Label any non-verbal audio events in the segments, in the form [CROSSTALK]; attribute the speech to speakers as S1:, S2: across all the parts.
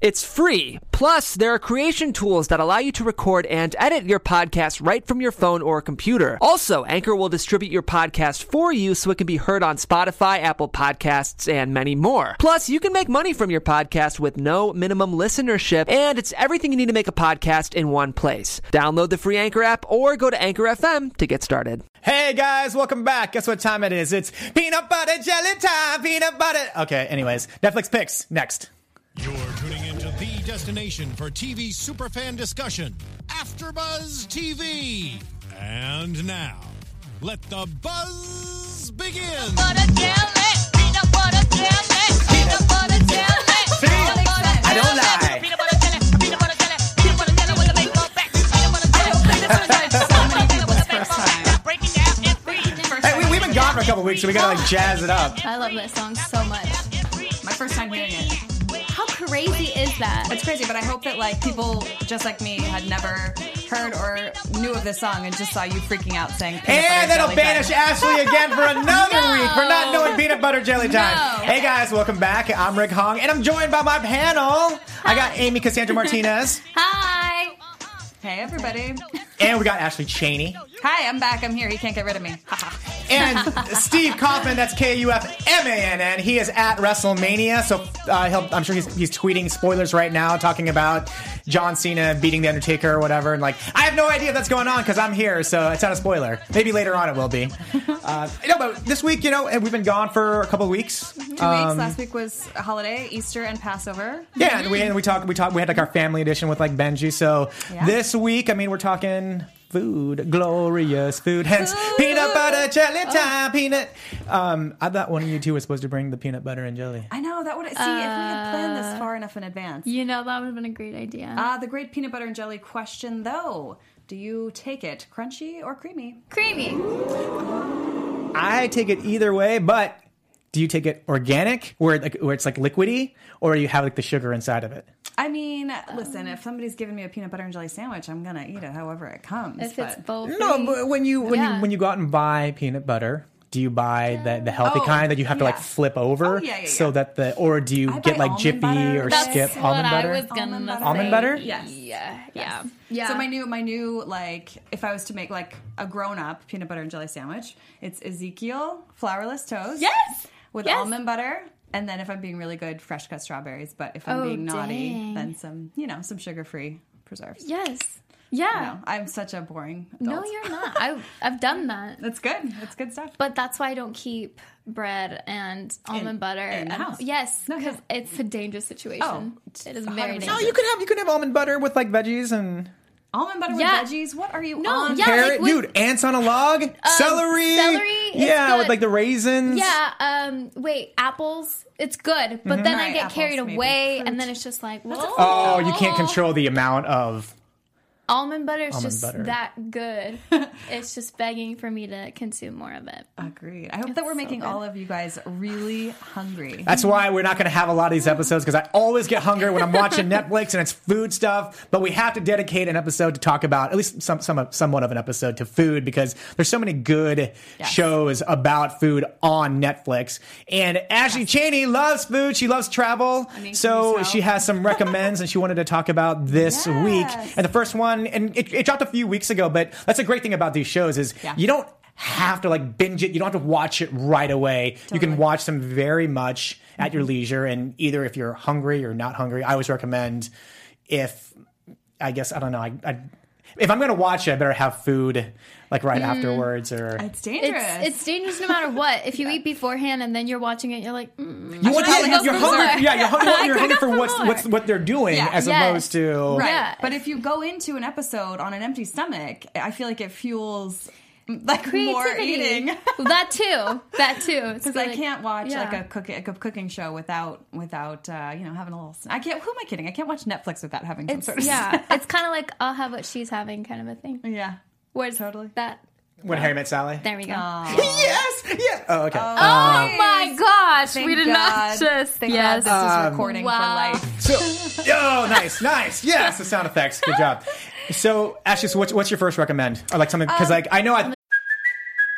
S1: It's free. Plus, there are creation tools that allow you to record and edit your podcast right from your phone or computer. Also, Anchor will distribute your podcast for you so it can be heard on Spotify, Apple Podcasts, and many more. Plus, you can make money from your podcast with no minimum listenership, and it's everything you need to make a podcast in one place. Download the free Anchor app or go to Anchor FM to get started.
S2: Hey guys, welcome back. Guess what time it is? It's peanut butter jelly time. Peanut butter. Okay. Anyways, Netflix picks next.
S3: You're tuning into the destination for TV superfan discussion, AfterBuzz TV. And now, let the buzz begin.
S4: butter jelly,
S5: eh?
S4: peanut butter jelly, peanut butter jelly.
S5: eh?
S2: [LAUGHS] I don't lie.
S4: Peanut butter jelly, peanut butter
S5: eh?
S4: jelly, peanut butter jelly with a big old back. Peanut butter jelly, peanut butter jelly, peanut butter jelly with a big old back. Now break it down and breathe.
S2: Hey, we, we've been gone for a couple weeks, so we gotta like jazz it up.
S6: I love that song so much.
S7: My first time doing it.
S6: How crazy is that?
S7: It's crazy, but I hope that like people just like me had never heard or knew of this song and just saw you freaking out saying. peanut butter
S2: And that'll
S7: jelly
S2: banish
S7: butter.
S2: Ashley again for another
S7: [LAUGHS]
S6: No.
S2: week for not knowing peanut butter jelly time.
S7: No.
S2: Hey guys, welcome back. I'm Rick Hong, and I'm joined by my panel. I got Amy
S7: [LAUGHS]
S2: Cassandra Martinez,
S6: Hi.
S7: Hey everybody!
S2: and we got Ashley Cheney,
S7: Hi, I'm back. I'm here. He can't get rid of me. Ha, ha.
S2: and Steve Kaufman. That's K U F M A N N. He is at WrestleMania, so uh, he'll, I'm sure he's, he's tweeting spoilers right now, talking about John Cena beating the Undertaker or whatever. And like, I have no idea if that's going on because I'm here, so it's not a spoiler. Maybe later on it will
S7: [LAUGHS]
S2: be. Uh, no, but this week, you know, and we've been gone for a couple of weeks. Um,
S7: Two weeks. Last week was a holiday, Easter and Passover.
S2: Yeah, and we and we talked we talked we had like our family edition with like Benji. So
S7: Yeah.
S2: this week, I mean, we're talking food, glorious food. Oh. Hence, peanut butter jelly time. Peanut. Um, I thought one of you two was supposed to bring the peanut butter and jelly.
S7: I know that would see if we had planned this far enough in advance.
S6: You know, that would have been a great idea.
S7: Uh, the great peanut butter and jelly question, though. Do you take it crunchy or creamy?
S6: Creamy.
S2: I take it either way, but do you take it organic, where like where it's like liquidy, or you have like the sugar inside of it?
S7: I mean,
S6: Um,
S7: listen, if somebody's giving me a peanut butter and jelly sandwich, I'm gonna eat it however it comes.
S6: If it's
S7: but-
S6: both.
S2: No, but when you when
S6: Yeah.
S2: you when you go out and buy peanut butter. Do you buy the, the healthy
S7: Oh,
S2: kind that you have to like
S7: yeah.
S2: flip over
S7: Oh, yeah, yeah,
S2: so
S7: yeah.
S2: that the or do you
S7: I
S2: get
S7: buy
S2: like
S7: almond
S2: Jiffy
S7: butter.
S2: or
S7: That's
S2: Skip
S6: what
S2: almond
S6: I
S2: butter?
S6: was gonna
S7: Almond butter.
S6: say.
S2: Almond butter?
S7: Yes.
S6: Yeah. Yeah. Yeah.
S7: So my new my new like if I was to make like a grown up peanut butter and jelly sandwich, it's Ezekiel flourless toast.
S6: Yes!
S7: With
S6: Yes!
S7: almond butter. And then if I'm being really good, fresh cut strawberries. But if I'm
S6: Oh,
S7: being naughty,
S6: dang.
S7: then some you know, some sugar free preserves.
S6: Yes.
S7: No,
S6: Yeah.
S7: I'm such a boring
S6: No,
S7: adult.
S6: you're not. I, I've done
S7: [LAUGHS]
S6: that.
S7: That's good. That's good stuff.
S6: But that's why I don't keep bread and almond butter.
S7: in the
S6: and-
S7: house.
S6: Yes,
S7: No,
S6: because
S7: yeah.
S6: it's a dangerous situation.
S7: Oh,
S6: it is
S7: 100%.
S6: very dangerous.
S7: No,
S2: Oh, you could have you could have almond butter with like veggies and
S7: Almond butter
S6: Yeah.
S7: with veggies. What are you
S6: No,
S7: on?
S6: yeah, like
S2: carrot,
S6: with- Um,
S2: dude. Ants on a log, celery,
S6: celery is
S2: yeah,
S6: good.
S2: with like the raisins.
S6: Yeah. Um. Wait. Apples. It's good, but then I
S7: Right,
S6: get
S7: apples,
S6: carried
S7: maybe.
S6: away, and then it's just like, whoa.
S2: Oh, you can't control the amount of.
S6: Almond butter is
S2: Almond
S6: just
S2: butter.
S7: [LAUGHS]
S6: that good. it's just begging for me to consume more of it.
S7: Agreed. I hope that we're making all of you guys really hungry.
S2: That's why we're not going to have a lot of these episodes because I always get hungry when I'm watching Netflix and it's food stuff. But we have to dedicate an episode to talk about at least some, some somewhat of an episode to food because there's so many good
S7: Yes.
S2: shows about food on Netflix. And Ashley Cheney loves food. She loves travel,
S7: mean, can
S2: so
S7: you
S2: she
S7: smell?
S2: has some recommends and she wanted to talk about
S6: [LAUGHS]
S2: this
S7: Yes.
S2: week. And the first one, and it, it dropped a few weeks ago, but that's a great thing about these shows is
S7: Yeah.
S2: you don't have to like binge it. You don't have to watch it right away. You can
S7: Totally.
S2: watch them very much at your leisure. And either if you're hungry or not hungry, I always recommend if I guess I don't know. I, I if I'm gonna watch it, I better have food like right afterwards or.
S7: It's dangerous.
S6: It's it's dangerous no matter what.
S7: [LAUGHS]
S6: If you eat beforehand and then you're watching it, you're like, mm,
S2: you want
S6: should probably
S2: to,
S6: have
S2: you're
S6: some
S2: hungry,
S6: more.
S2: yeah. You're hungry, you're hungry for
S6: some
S2: what's,
S6: more.
S2: what's what they're doing,
S7: Yeah.
S2: as
S6: Yes.
S2: opposed to
S7: Right.
S6: Yeah.
S7: But if you go into an episode on an empty stomach, I feel like it fuels mm, like more
S6: creativity. [LAUGHS]
S7: eating.
S6: that too. That too. Because
S7: Because I can't watch
S6: yeah.
S7: like a cook a cook- cooking show without without uh, you know having a little. Snack. I can't. Who am I kidding? I can't watch Netflix without having some sort of
S6: yeah, it's kind of like I'll have what she's having, kind of a thing.
S7: [LAUGHS] yeah.
S6: Where's
S7: Mm, Totally.
S6: that?
S2: when Harry Met Sally.
S6: There we
S2: [LAUGHS]
S6: go.
S2: Yes, yes. Oh, okay.
S6: oh my gosh,
S7: Thank
S6: we did
S7: God.
S6: not just
S7: Thank
S6: yes. Um,
S7: God this Uh, is recording
S6: wow.
S7: for life.
S2: So, oh, nice, nice. Yes, the sound effects. Good job. So, Ashley, so what's, what's your first recommend? Or like something, because like I know I.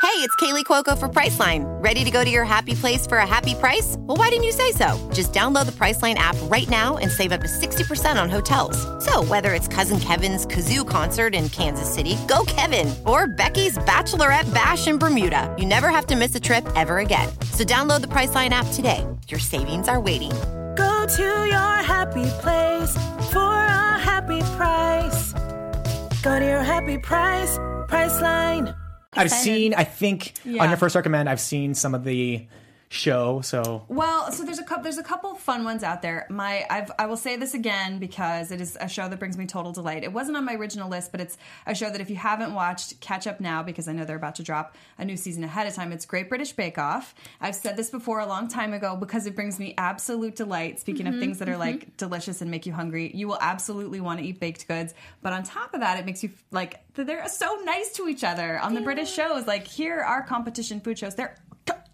S8: Hey, it's Kaylee Cuoco for Priceline. Ready to go to your happy place for a happy price? Well, why didn't you say so? Just download the Priceline app right now and save up to 60% on hotels. So, whether it's Cousin Kevin's Kazoo concert in Kansas City, go Kevin, or Becky's Bachelorette Bash in Bermuda, you never have to miss a trip ever again. So, download the Priceline app today. Your savings are waiting.
S9: Go to your happy place for a happy price. Go to your happy price, Priceline.
S2: I've seen, I think,
S7: Yeah.
S2: on your first recommend, I've seen some of the show. So,
S7: Well, so there's a couple there's a couple fun ones out there. My I've, I will say this again because it is a show that brings me total delight. It wasn't on my original list, but it's a show that if you haven't watched, catch up now because I know they're about to drop a new season ahead of time. It's Great British Bake Off. I've said this before a long time ago because it brings me absolute delight. Speaking of things that
S2: Mm-hmm.
S7: are like delicious and make you hungry, you will absolutely want to eat baked goods. But on top of that, it makes you f- like they're so nice to each other on the British shows. Like here are competition food shows. They're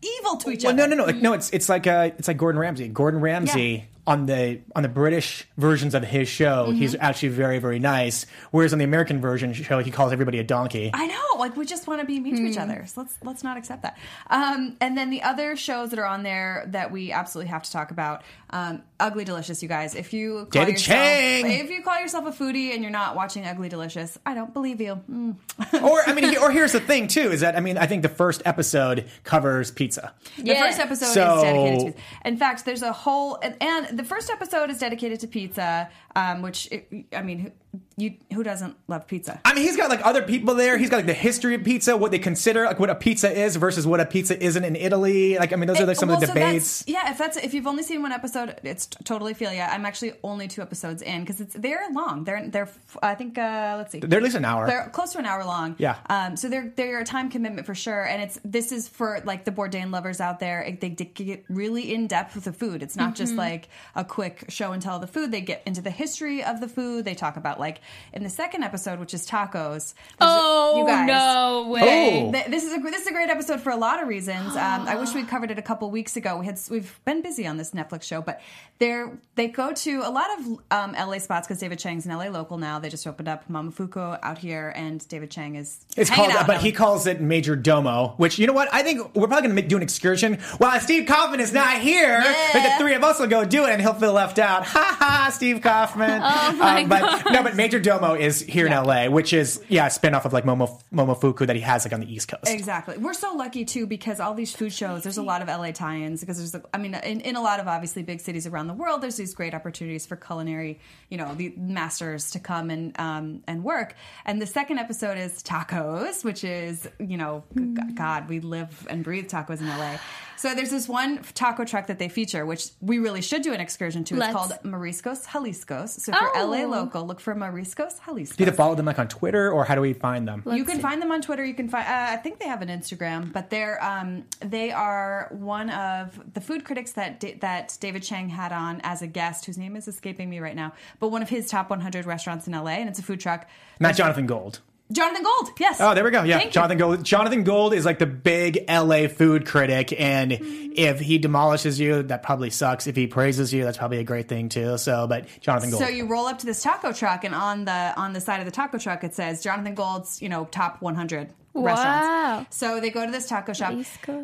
S7: evil to each
S2: well,
S7: other.
S2: no, no, no, like, no. It's it's like uh, it's like Gordon Ramsay. Gordon Ramsay on the on the British versions of his show, he's actually very very nice. Whereas on the American version show, he calls everybody a donkey.
S7: I know. Like we just want to be mean to each other. So let's let's not accept that. Um, and then the other shows that are on there that we absolutely have to talk about. Um, Ugly Delicious, you guys. If you call
S2: David
S7: yourself,
S2: Chang!
S7: if you call yourself a foodie and you're not watching Ugly Delicious, I don't believe you. Mm.
S2: or I mean, or here's the thing too: is that I mean, I think the first episode covers pizza.
S7: The first episode
S2: So-
S7: is dedicated to pizza. In fact, there's a whole and, and the first episode is dedicated to pizza, um, which it, I mean, who, you who doesn't love pizza?
S2: I mean, he's got like other people there. He's got like the history of pizza, what they consider like what a pizza is versus what a pizza isn't in Italy. Like, I mean, those are like some of the
S7: Well, so that's-
S2: debates.
S7: yeah, if that's if you've only seen one episode, it's t- totally feel ya. I'm actually only two episodes in because it's they're long. They're they're f- I think uh, let's see,
S2: They're at least an hour.
S7: They're close to an hour long.
S2: Yeah.
S7: Um. So they're they're a time commitment for sure. And it's this is for like the Bourdain lovers out there. It- They, d get really in depth with the food. It's not
S6: Mm-hmm.
S7: just like a quick show and tell of the food. They get into the history of the food. They talk about like in the second episode, which is tacos.
S6: Oh,
S7: you guys,
S6: no way.
S2: Oh.
S7: Th- this is a gr- this is a great episode for a lot of
S2: [GASPS]
S7: reasons. Um, I wish we covered it a couple weeks ago. We had s- we've been busy on this Netflix show, but they're they go to a lot of um, LA spots because David Chang's an LA local now. They just opened up Mamafuko out here, and David Chang is
S2: It's
S7: hanging
S2: called,
S7: out
S2: but
S7: on-
S2: he calls it major domo. Which you know what? I think we're probably going to do an excursion. While Steve Kaufman is not here, like the three of us will go do it, and he'll feel left out. Ha ha! Steve
S7: [LAUGHS]
S2: Kaufman. oh my but, No, but major domo is here in L.A., which is yeah, a spinoff of like Momo Momofuku that he has like on the East Coast.
S7: Exactly. We're so lucky too because all these food shows, there's a lot of LA tie-ins because there's, a, I mean, in, in a lot of obviously big cities around the world, there's these great opportunities for culinary, you know, the masters to come and um, and work. And the second episode is tacos, which is, you know, g-
S6: Mm.
S7: God, we live and breathe tacos in LA. So there's this one taco truck that they feature, which we really should do an excursion to.
S6: Let's.
S7: It's called Mariscos Jaliscos. So if you're
S6: Oh.
S7: LA local, look for Mariscos Jaliscos.
S2: Do you have to follow them like on Twitter, or how do we find them?
S7: You can find them on Twitter. You can find. Uh, I think they have an Instagram, but they're um, they are one of the food critics that da- that David Chang had on as a guest, whose name is escaping me right now. But one of his top 100 restaurants in LA, and it's a food truck.
S2: Not Jonathan Gold.
S7: Jonathan Gold. Yes.
S2: Oh, there we go. Yeah,
S7: Thank you.
S2: Jonathan Gold. Jonathan Gold is like the big LA food critic, and
S7: Mm-hmm.
S2: if he demolishes you, that probably sucks. If he praises you, that's probably a great thing too. So, but Jonathan Gold.
S7: So you roll up to this taco truck, and on the on the side of the taco truck, it says Jonathan Gold's, you know, top 100
S6: Wow.
S7: restaurants. So they go to this taco shop.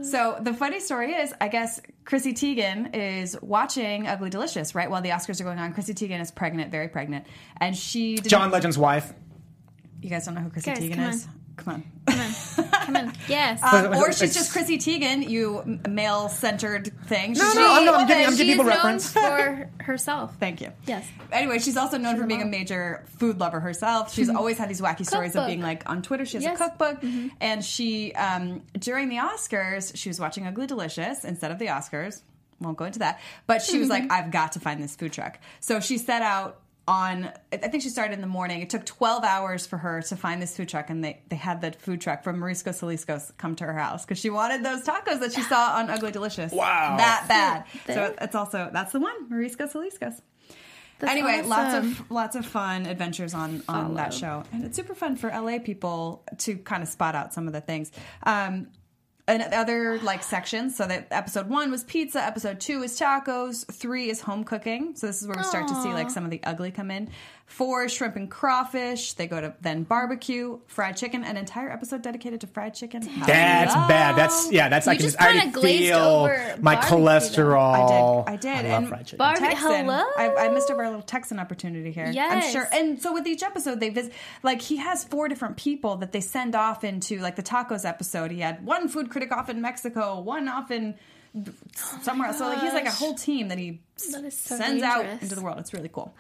S7: So the funny story is, I guess Chrissy Teigen is watching Ugly Delicious, right? While the Oscars are going on, Chrissy Teigen is pregnant, very pregnant, and she. did-
S2: John Legend's wife.
S7: you guys don't know who Chrissy
S6: Guys,
S7: Teigen
S6: come
S7: is. Come on.
S6: Come on. Yes.
S7: [LAUGHS] Um, or she's just Chrissy Teigen, you male centered thing.
S2: No,
S7: She's-
S2: no, I'm, not- I'm giving, I'm
S6: She's
S2: giving people
S6: known
S2: reference.
S6: [LAUGHS] for herself.
S7: Thank you.
S6: Yes.
S7: Anyway, she's also known for being a major food lover herself. She's always had these wacky stories of
S6: Cookbook.
S7: being like on Twitter. She has
S6: Yes.
S7: a cookbook, and she um, during the Oscars she was watching Ugly Delicious instead of the Oscars. Won't go into that, but she was like, "I've got to find this food truck." So she set out on. I think she started in the morning. It took twelve hours for her to find this food truck, and they they had the food truck from Marisco Salisco's come to her house because she wanted those tacos that she saw on Ugly Delicious.
S2: Wow.
S7: that bad.
S6: There.
S7: So it's also that's the one Marisco Salisco's
S6: That's
S7: anyway, lots
S6: awesome.
S7: of lots of fun adventures on on that show, and it's super fun for LA people to kind of spot out some of the things. Um, and other like sections. So that episode one was pizza. Episode two is tacos. Three is home cooking. So this is where we start to see like some of the ugly come in. Four shrimp and crawfish. They go to then barbecue, fried chicken, an entire episode dedicated to fried chicken.
S2: That's
S7: Hello.
S2: bad. That's yeah. That's I
S6: You
S2: can
S6: just
S2: just, I already
S6: kinda glazed
S2: feel
S6: over
S2: my
S6: barbecue, though.
S2: cholesterol.
S7: I did. I did.
S2: I love
S7: and
S2: fried chicken.
S6: Barbie-
S7: Texan.
S6: hello?
S7: I, I missed over our little Texan opportunity here. I'm
S6: Yes.
S7: sure. And so with each episode, they visit. Like he has four different people that they send off into. Like the tacos episode, he had one food critic off in Mexico, one off in somewhere else. So like he's like a whole team that he
S6: Oh That is so
S7: sends out
S6: dangerous.
S7: into the world. It's really cool.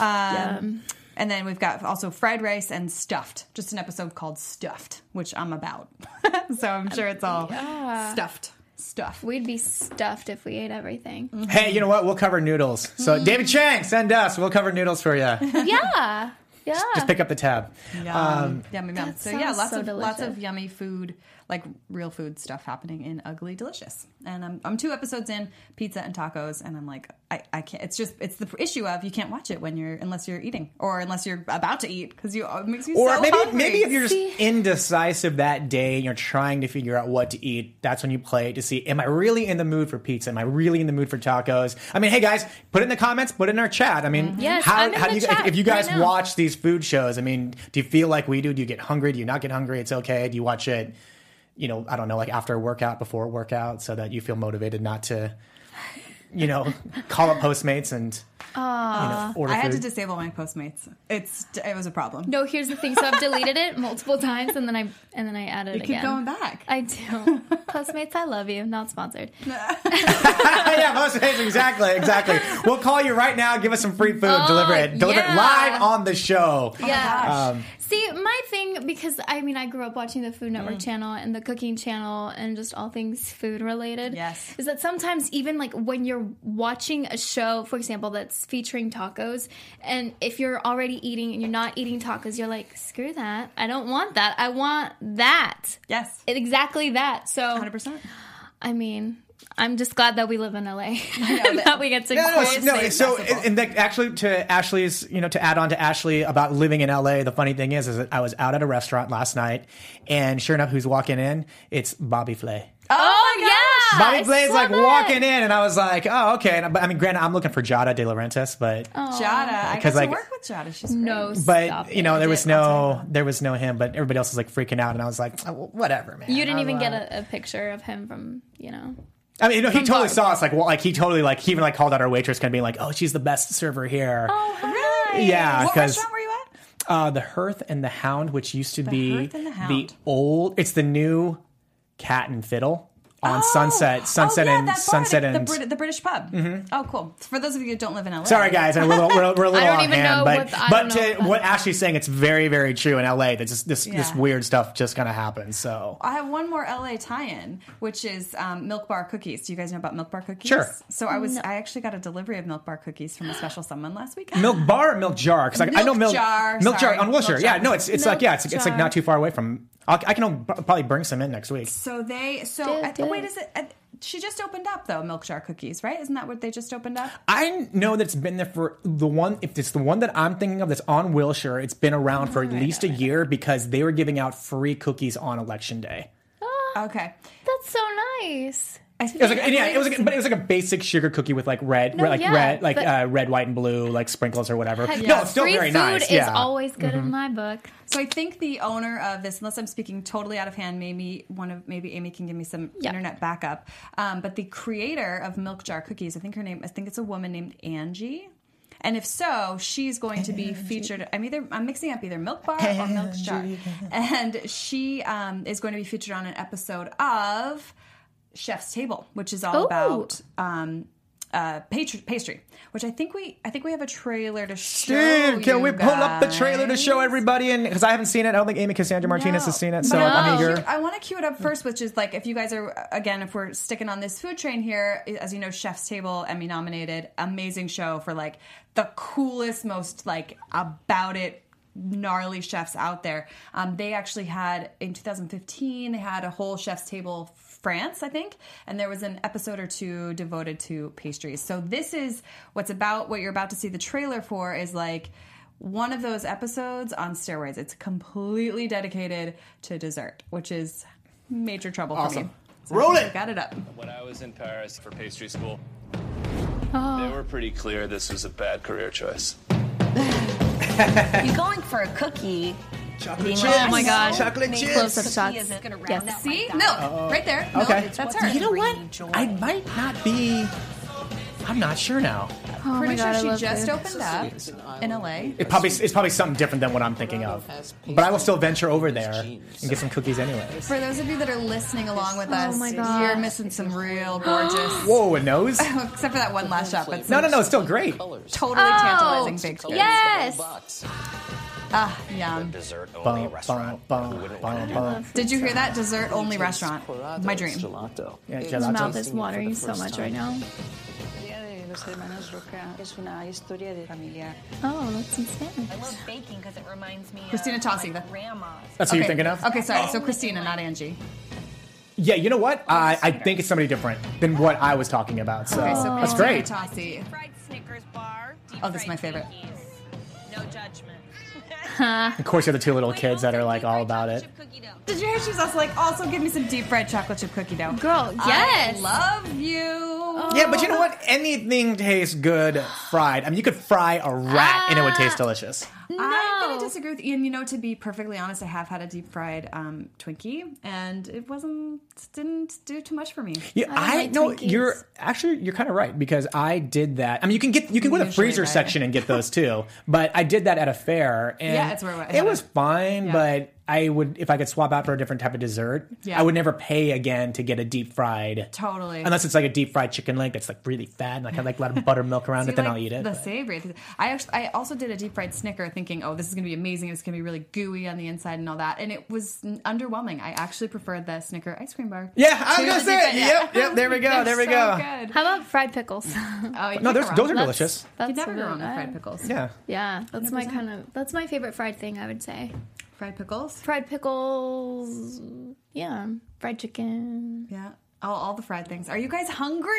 S7: Um, and then we've got also fried rice and stuffed. Just an episode called Stuffed, which I'm about. [LAUGHS] so I'm sure it's all stuffed stuff.
S6: We'd be stuffed if we ate everything.
S2: [LAUGHS] Hey, you know what? We'll cover noodles. So
S7: Mm-hmm.
S2: David Chang, send us. We'll cover noodles for you.
S6: Yeah. Yeah.
S7: [LAUGHS]
S2: just pick up the tab. Um,
S7: Yum, Um, yum, yum. So yeah,
S6: sounds
S7: lots
S6: so
S7: of lots of
S6: delicious.
S7: yummy food, like real food stuff happening in Ugly Delicious. And I'm, I'm two episodes in, pizza and tacos, and I'm like, I, I can't. It's just it's the issue of you can't watch it when you're unless you're eating or unless you're about to eat because you it makes you
S2: Or
S7: so
S2: maybe
S7: hungry.
S2: maybe if you're just indecisive that day and you're trying to figure out what to eat, that's when you play it to see am I really in the mood for pizza? Am I really in the mood for tacos? I mean, hey guys, put it in the comments, put it in our chat. I mean,
S6: Mm-hmm. Yes,
S2: how,
S6: I'm in
S2: how
S6: the
S2: do you
S6: chat
S2: if, if you guys
S6: right now.
S2: watch these food shows, I mean, do you feel like we do? Do you get hungry? Do you not get hungry? It's okay. Do you watch it, you know, I don't know, like after a workout, before a workout, so that you feel motivated not to you
S6: [LAUGHS]
S2: know, call up Postmates and you know, order
S7: I had to
S2: food?
S7: disable my Postmates. It's it was a problem.
S6: no, here's the thing. So I've deleted it multiple times, and then I and then I added
S7: you
S6: it
S7: keep
S6: again.
S7: going back. [LAUGHS]
S6: I do. Postmates, I love you. Not sponsored.
S2: [LAUGHS] yeah, Postmates, exactly, exactly. We'll call you right now. Give us some free food. deliver it. Deliver it
S6: Oh, yeah.
S2: live on the show.
S7: Oh
S6: yeah.
S2: Um,
S6: See, my thing because I mean I grew up watching the
S2: Mm.
S6: Food Network channel and the cooking channel and just all things food related.
S7: Yes.
S6: Is that sometimes even like when you're watching a show, for example, that's featuring tacos, and if you're already eating and you're not eating tacos, you're like, screw that. I don't want that. I want that.
S7: yes,
S6: It- Exactly that. So
S7: hundred percent.
S6: I mean, I'm just glad that we live in LA.
S7: that-
S6: [LAUGHS] that, we get to
S2: No, no,
S6: experience
S2: no.
S6: it.
S2: it's So,
S7: accessible.
S2: and, and that actually, to Ashley's, you know, to add on to Ashley about living in LA, the funny thing is, is that I was out at a restaurant last night, and sure enough, who's walking in? It's Bobby Flay.
S6: Oh, yeah.
S2: Bobby
S6: I
S2: Flay is
S6: saw
S2: like
S6: that.
S2: walking in, and I was like, oh, okay. And I, but, I mean, granted, I'm looking for Jada De Laurentiis, but
S7: Jada, I got
S2: Because,
S7: to
S2: like-
S7: work with Jada. She's
S6: No,
S7: great.
S2: but
S6: Oh, stop
S2: you know,
S6: it.
S2: there was
S7: I'll
S2: no, there was no him. But everybody else was like freaking out, and I was like, oh, well, whatever, man.
S6: You didn't
S2: I'm,
S6: even
S2: uh,
S6: get a, a picture of him from, you know.
S2: I mean, no, he totally
S6: Bob.
S2: saw us. Like, well, like he totally like he even like called out our waitress, kind of being like, "Oh, she's the best server here."
S6: Oh,
S7: Really?
S2: Yeah,
S7: What
S2: 'cause-
S7: restaurant were you at?
S2: Uh, the Hearth and the Hound, which used to be
S7: Hearth and the Hound.
S2: old. It's the new Cat and Fiddle on
S7: Oh.
S2: Sunset,
S7: Oh,
S2: Sunset
S7: yeah,
S2: and
S7: that bar,
S2: Sunset
S7: the,
S2: and. Mm-hmm.
S7: the, Brit- the British pub. Oh, cool. For those of you who don't live in LA,
S2: Sorry, guys, I'm a little, we're, we're a
S7: [LAUGHS]
S2: little
S6: don't
S2: off
S6: even
S2: hand,
S6: know
S2: but
S6: what the- I
S2: but
S6: don't know
S2: to
S6: what that
S2: what Ashley's saying, it's very very true in LA that just this this
S7: Yeah.
S2: weird stuff just kind of happens. So
S7: I have one more LA tie-in, which is um, Milk Bar cookies. Do you guys know about Milk Bar cookies?
S2: Sure.
S7: So I was I actually got a delivery of Milk Bar cookies from a special someone last week.
S2: milk bar, or milk jar, because I, I know
S7: Milk
S2: milk
S7: jar,
S2: milk
S7: sorry.
S2: jar on Wilshire.
S7: Milk
S2: yeah,
S7: jar.
S2: no, it's it's like
S6: Milk
S2: yeah, it's, it's like
S6: jar.
S2: not too far away from. I'll, I can probably bring some in next week.
S7: So they so
S6: Good,
S7: I, wait,
S6: good.
S7: is it? I, she just opened up though Milk Jar cookies, right? Isn't that what they just opened up?
S2: I know that it's been there for the one. If it's the one that I'm thinking of, that's on Wilshire, it's been around for at least a year because they were giving out free cookies on election day.
S6: Oh,
S7: Okay.
S6: that's so nice.
S2: It was like and yeah, it was like, but it was like a basic sugar cookie with like red,
S6: No,
S2: like
S6: yeah,
S2: red, like
S6: but-
S2: uh, red, white, and blue, like sprinkles or whatever.
S6: Heck
S2: No,
S6: yeah.
S2: it's still
S6: Free
S2: very
S6: food
S2: nice.
S6: is
S2: yeah, Mm-hmm.
S6: always good in my book.
S7: So I think the owner of this, unless I'm speaking totally out of hand, maybe one of maybe Amy can give me some
S6: Yeah.
S7: internet backup. Um, but the creator of Milk Jar Cookies, I think her name, I think it's a woman named Angie. And if so, she's going to be featured. I'm either I'm mixing up either Milk Bar or Milk Jar, and she um, is going to be featured on an episode of Chef's Table, which is
S2: Oh.
S7: all
S6: Ooh.
S7: about um, uh, pastry, pastry. Which I think we I think we have a trailer to show.
S2: Dude, can
S7: you
S2: we pull up the trailer to
S7: guys.
S2: show everybody? And because I haven't seen it, I don't think Amy Cassandra Martinez has seen it, so
S7: But
S2: I'm
S7: wanna
S2: eager.
S7: cue- I want to cue it up first, which is like if you guys are again, if we're sticking on this food train here, as you know, Chef's Table Emmy nominated, amazing show for like the coolest, most like about it gnarly chefs out there. Um, they actually had in 2015 they had a whole Chef's Table France, I think, and there was an episode or two devoted to pastries. So this is what's about what you're about to see the trailer for is like one of those episodes on steroids. It's completely dedicated to dessert, which is major trouble for me.
S2: Roll it.
S7: Got it up.
S10: When I was in Paris for pastry school, they were pretty clear this was a bad career choice.
S5: You're going for a cookie.
S2: Chocolate
S5: Being
S2: chips.
S5: like,
S6: Oh my God.
S2: Chocolate
S5: Maybe
S6: Close
S2: chips.
S6: up
S5: cookie
S6: shots.
S5: isn't gonna round
S6: Yes.
S5: out my
S7: See?
S5: diet.
S7: No, right there. No,
S2: Okay.
S7: it's-
S5: That's
S7: what's
S5: her.
S2: You know what?
S5: Bringing joy.
S2: I might not be. I'm not sure now.
S6: Oh
S7: Pretty
S6: my God, I
S7: sure she
S6: love
S7: just
S6: food.
S7: opened up in LA.
S2: It probably it's probably something different than what I'm thinking of. But I will still venture over there and get some cookies anyway.
S7: For those of you that are listening along with us,
S6: my God.
S7: you're missing some real gorgeous.
S2: Whoa, a nose?
S7: Except for that one last shot, but
S2: No, no, no. It's still great.
S7: totally tantalizing baked goods.
S6: Yes.
S7: Ah, yum.
S10: Dessert
S2: Bum, bum, bum, bum, bum.
S7: Did you hear that? Dessert only restaurant. My dream.
S2: Yeah,
S6: His
S2: gelato.
S6: mouth is watering so much right now. Oh, that's in Spanish.
S5: I love baking because it reminds me
S7: Christina
S5: of
S7: Chauncey,
S5: my
S7: the-
S5: grandma's.
S2: That's who you're thinking of?
S7: Okay, sorry. So Christina, not Angie.
S2: Yeah, you know what? I, I think it's somebody different than what I was talking about. So,
S7: Okay, so
S2: that's
S7: Christina
S2: great.
S7: Chauncey.
S5: Fried Snickers bar. deep
S7: Oh, this is my
S5: fried
S7: favorite.
S5: cookies. No judgment.
S2: Of course, you're the two little kids that are like all about it.
S7: Did you hear? She's also like, also give me some deep fried chocolate chip cookie dough.
S6: Girl,
S7: I
S6: yes.
S7: love you.
S2: Yeah, but you know what? Anything tastes good fried. I mean, you could fry a rat and it would taste delicious.
S7: I'm gonna
S6: No.
S7: disagree with Ian. You know, to be perfectly honest, I have had a deep fried um, Twinkie, and it wasn't didn't do too much for me.
S2: Yeah,
S6: I
S2: I
S6: like
S2: know
S6: Twinkies.
S2: you're actually you're kind of right because I did that. I mean, you can get you can go to the
S7: Usually
S2: freezer
S7: right.
S2: section and get those too, but I did that at a fair and
S7: Yeah, that's where I-
S2: it was fine, but I would if I could swap out for a different type of dessert,
S7: Yeah.
S2: I would never pay again to get a deep fried.
S7: Totally.
S2: Unless it's like a deep fried chicken leg that's like really fat and I have like a lot
S7: [LAUGHS]
S2: of buttermilk around
S7: See,
S2: it, then
S7: like,
S2: I'll eat it.
S7: The
S2: but-
S7: savory. I actually, I also did a deep fried Snicker, thinking, "Oh, this is going to be amazing. It's going to be really gooey on the inside and all that." And it was n- underwhelming. I actually preferred the Snicker ice cream bar.
S2: Yeah, I
S7: to
S2: was gonna
S7: the
S2: say
S7: deep
S2: it.
S7: fried-
S2: Yep, yep. There we
S7: [LAUGHS]
S2: go.
S7: They're
S2: there we
S7: so
S2: go.
S7: good.
S6: How about fried pickles?
S7: Oh, you
S2: No, those
S7: can't go wrong.
S2: those are
S6: That's-
S2: delicious.
S6: [LAUGHS] That's
S7: You'd never go
S6: really
S7: wrong with
S6: good.
S7: fried pickles.
S2: Yeah.
S6: Yeah, that's my kind of that's my favorite fried thing. I would say
S7: Fried pickles.
S6: fried pickles. Yeah, fried chicken.
S7: Yeah. Oh, all the fried things. Are you guys hungry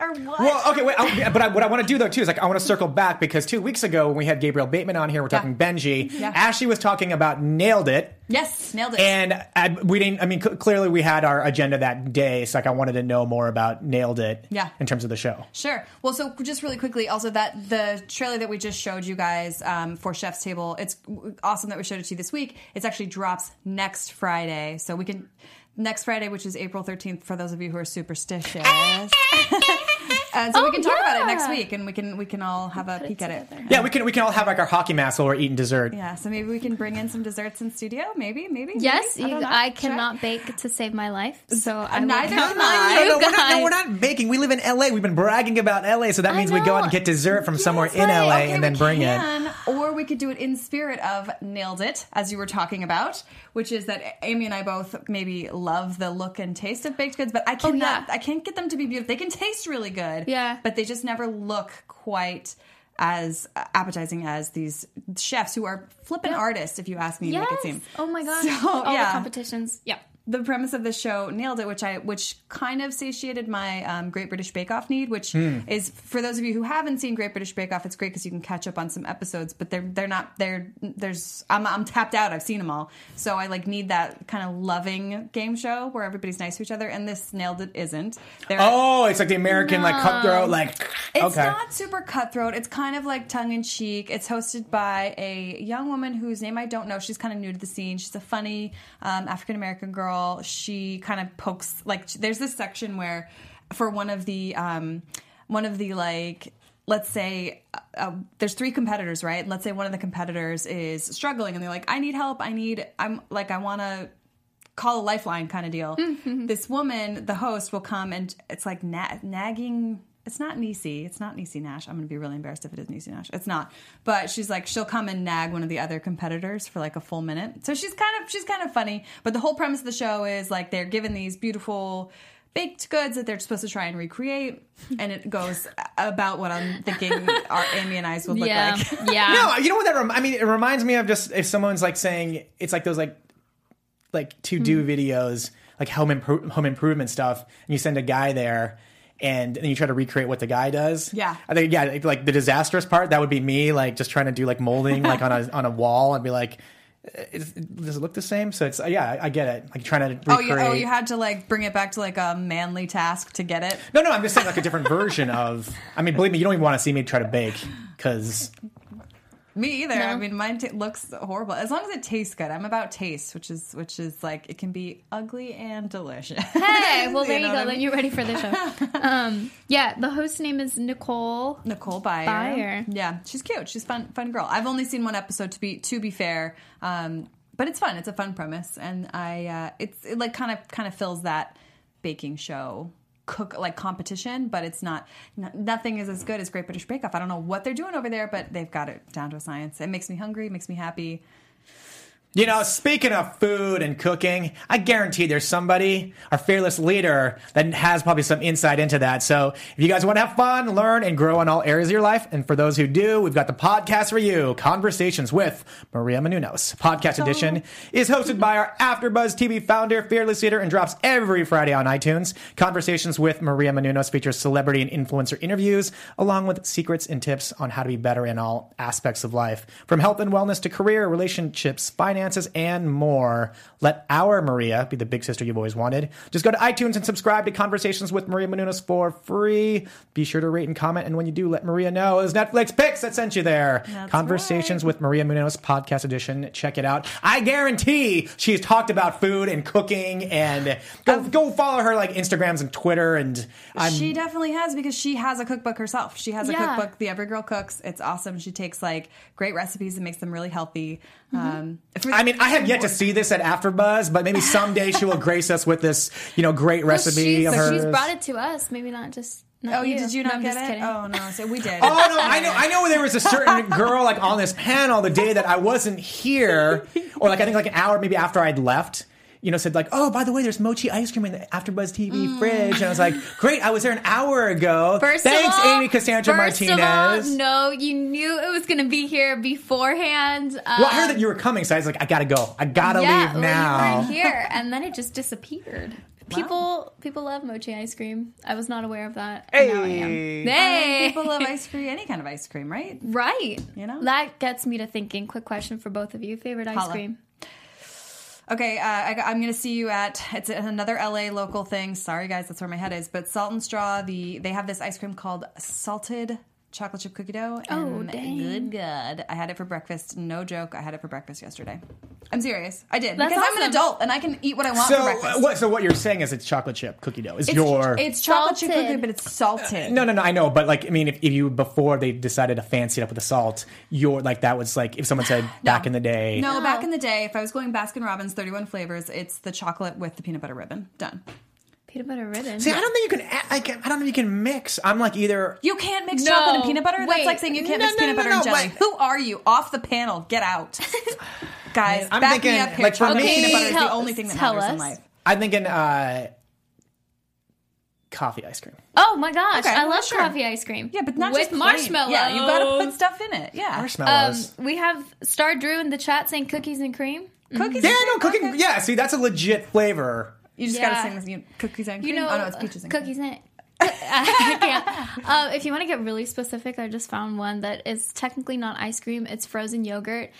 S7: or what?
S2: Well, okay, wait. I, but I, what I want to do though too is like I want to circle back because two weeks ago when we had Gabriel Bateman on here, we're talking Benji. Ashley was talking about nailed it,
S7: yes, nailed it.
S2: and I, we didn't. I mean, c- clearly we had our agenda that day, so like I wanted to know more about nailed it.
S7: Yeah.
S2: In terms of the show,
S7: Sure. Well, so just really quickly, also that the trailer that we just showed you guys um, for Chef's Table, it's w- awesome that we showed it to you this week. It's actually drops next Friday, so we can next Friday, which is April thirteenth, for those of you who are superstitious. [LAUGHS] and so
S6: Oh,
S7: we can talk about it next
S6: yeah.
S7: week, and we can we can all have a peek at it.
S2: yeah, we can we can all have like our hockey mask while we're eating dessert.
S7: Yeah. So maybe we can bring in some desserts in studio. Maybe maybe.
S6: Yes,
S7: maybe.
S6: you,
S7: don't know.
S6: I
S7: Sure.
S6: cannot bake to save
S7: [LAUGHS]
S6: my life, so I
S7: Neither
S6: neither
S7: am
S6: count
S7: I.
S6: [LAUGHS] on
S2: No,
S6: you
S2: no, we're
S6: guys.
S2: not, no, we're not baking. We live in LA. We've been bragging about LA, so that
S6: I
S2: means we go out
S6: know.
S2: and get dessert from
S7: Yes,
S2: somewhere in
S7: right.
S2: LA
S7: Okay,
S2: and then
S7: we
S2: bring it.
S7: can. Or we could do it in spirit of nailed it, as you were talking about, which is that Amy and I both maybe love the look and taste of baked goods, but I cannot,
S6: Oh, yeah.
S7: I can't get them to be beautiful. They can taste really good,
S6: Yeah.
S7: but they just never look quite as appetizing as these chefs who are flippin' artists, if you ask me,
S6: Yes.
S7: make it seem.
S6: Oh my gosh!
S7: So,
S6: All
S7: yeah.
S6: the competitions. Yeah.
S7: the premise of the show nailed it, which I which kind of satiated my um, Great British Bake Off need, which is for those of you who haven't seen Great British Bake Off, it's great because you can catch up on some episodes, but they're they're not they're there's I'm I'm tapped out. I've seen them all, so I like need that kind of loving game show where everybody's nice to each other, and this nailed it isn't. They're,
S2: Oh, it's like the American like cutthroat like.
S7: it's
S2: okay.
S7: not super cutthroat. It's kind of like tongue in cheek. It's hosted by a young woman whose name I don't know. She's kind of new to the scene. She's a funny um, African American girl. She kind of pokes like sh- there's this section where for one of the um, one of the like let's say uh, uh, there's three competitors right let's say one of the competitors is struggling and they're like i need help i need i'm like i want to call a lifeline kind of deal. This woman, the host, will come and it's like na- nagging. It's not Nisi. It's not Nisi Nash. I'm going to be really embarrassed if it is Nisi Nash. It's not. But she's like she'll come and nag one of the other competitors for like a full minute. So she's kind of she's kind of funny. But the whole premise of the show is like they're given these beautiful baked goods that they're supposed to try and recreate, and it goes about what I'm thinking our Amy and I's would look
S6: [LAUGHS] Yeah. [LAUGHS]
S7: like.
S6: yeah.
S2: No, you know what that? Rem- I mean, it reminds me of just if someone's like saying it's like those like like to do
S7: Hmm.
S2: videos, like home impro- home improvement stuff, and you send a guy there. And then you try to recreate what the guy does.
S7: Yeah.
S2: I think yeah, like, like the disastrous part that would be me, like just trying to do like molding like on a
S7: [LAUGHS]
S2: on a wall and be like, is, does it look the same? So it's yeah, I, I get it. Like trying to recreate.
S7: Oh, you, oh, you had to like bring it back to like a manly task to get it.
S2: no, no, I'm just saying like a different version of. I mean, believe me, you don't even want to see me try to bake because
S7: Me either.
S6: No.
S7: I mean, mine t- looks horrible. As long as it tastes good, I'm about taste, which is which is like it can be ugly and delicious. [LAUGHS]
S6: Hey, well, there you,
S7: know
S6: go.
S7: what I
S6: Then
S7: mean? [LAUGHS]
S6: you're ready for the show. um, yeah, the host name is Nicole.
S7: Nicole Byer.
S6: Byer.
S7: Yeah, she's cute. She's fun, fun girl. I've only seen one episode to be to be fair, um, but it's fun. It's a fun premise, and I uh, it's it like kind of kind of fills that baking show cook like competition, but it's not, no- nothing is as good as Great British Bake Off. I don't know what they're doing over there, but they've got it down to a science. It makes me hungry, makes me happy.
S2: You know, speaking of food and cooking, I guarantee there's somebody, our fearless leader, that has probably some insight into that. So if you guys want to have fun, learn, and grow in all areas of your life, and for those who do, we've got the podcast for you, Conversations with Maria Menounos. Podcast Edition is hosted by our AfterBuzz TV founder, fearless leader, and drops every Friday on iTunes. Conversations with Maria Menounos features celebrity and influencer interviews, along with secrets and tips on how to be better in all aspects of life, from health and wellness to career, relationships, finances, and more. Let our Maria be the big sister you've always wanted. Just go to iTunes and subscribe to Conversations with Maria Menounos for free. Be sure to rate and comment, and when you do, let Maria know it was Netflix picks that sent you there. Conversations with Maria Menounos podcast edition. Check it out. I guarantee she's talked about food and cooking, and go,
S6: Um,
S2: go follow her like Instagrams and Twitter. And I'm
S7: she definitely has because she has a cookbook herself. She has a
S6: Yeah.
S7: cookbook, The Every Girl Cooks. It's awesome. She takes like great recipes and makes them really healthy.
S6: Mm-hmm.
S7: Um, for-
S2: I mean, I have yet to see this at AfterBuzz, but maybe someday
S6: [LAUGHS]
S2: she will grace us with this, you know, great recipe
S6: she's,
S2: of hers.
S6: she's brought it to us. Maybe not just. Not
S7: Oh, you, did you
S6: No,
S7: not
S6: I'm
S7: get
S6: just
S7: it?
S6: Kidding.
S7: Oh no, so
S6: [LAUGHS]
S7: we did.
S2: Oh no! I know. I know there was a certain girl like on this panel the day that I wasn't here, or like I think like an hour maybe after I'd left. You know, said like, "Oh, by the way, there's mochi ice cream in the AfterBuzz TV fridge," and I was like, "Great! I was there an hour ago."
S6: Mm. First of
S2: Thanks,
S6: all-
S2: Amy Cassandra
S6: first of all,
S2: Martinez.
S6: no, you knew it was going to be here beforehand. Um,
S2: Well, I heard that you were coming, so I was like, "I gotta go. I gotta
S6: yeah,
S2: leave
S6: Well, you
S2: now."
S6: weren't here, and then it
S2: [LAUGHS]
S6: just disappeared. People, people love mochi ice cream. I was not aware of that. and now I am. Hey,
S7: Um, People love ice cream, any kind of ice cream, right?
S6: right?
S7: You know?
S6: that gets me to thinking. Quick question for both of you: favorite ice
S7: Holla.
S6: cream?
S7: Okay, uh, I, am going to see you at it's another LA local thing. Sorry guys, that's where my head is. But Salt and Straw, the they have this ice cream called salted chocolate chip cookie dough.
S6: Oh,
S7: and
S6: dang.
S7: good, good. I had it for breakfast. No joke, I had it for breakfast yesterday. I'm serious. I did
S6: That's
S7: because I'm an
S6: awesome.
S7: adult and I can eat what I want
S2: So,
S7: for
S2: uh,
S7: breakfast.
S2: what? So, what you're saying is it's chocolate chip cookie dough. Is
S7: It's,
S2: your
S7: it's chocolate chip
S6: Salted.
S7: cookie, but it's salted.
S2: No, no, no. I know, but like, I mean, if, if you before they decided to fancy it up with the salt, you're like that was like if someone
S6: [SIGHS]
S2: said back in the day.
S7: No,
S6: Oh.
S7: back in the day, if I was going Baskin Robbins, 31 flavors, it's the chocolate with the peanut butter ribbon. Done.
S6: Peanut butter ribbon.
S2: See, I don't think you can. a- I, can, I don't think you can mix. I'm like either.
S7: You can't mix
S6: No.
S7: chocolate and peanut butter. That's
S6: Wait.
S7: like saying you can't
S2: No,
S7: mix
S2: no,
S7: peanut
S2: no,
S7: butter
S2: no,
S7: and jelly.
S2: wait.
S7: Who are you? Off the panel. Get out.
S6: [LAUGHS]
S7: Guys,
S2: I'm
S7: back me
S2: thinking,
S7: up here.
S2: like, for
S7: chocolate and
S2: me-
S7: peanut butter is the
S6: Tell-
S7: only thing that
S6: tell
S7: matters in
S6: us.
S7: life.
S2: I'm thinking uh, coffee ice cream.
S6: Oh my gosh,
S7: Okay,
S6: I
S7: well,
S6: love
S7: sure.
S6: coffee ice cream.
S7: Yeah, but not
S6: with
S7: just plain.
S6: marshmallows.
S7: Yeah, you gotta put stuff in it. Yeah.
S6: Um,
S2: Marshmallows.
S6: we have Star Drew in the chat saying cookies and cream.
S7: Cookies.
S2: yeah, no cooking. Yeah, see, that's a legit flavor.
S7: You just
S6: Yeah.
S7: gotta sing this. You, cookies and
S6: You
S7: cream.
S6: know,
S7: oh, no, it's peaches and [LAUGHS]
S6: cookies and. [LAUGHS] I can't. Um, if you want to get really specific, I just found one that is technically not ice cream; it's frozen yogurt,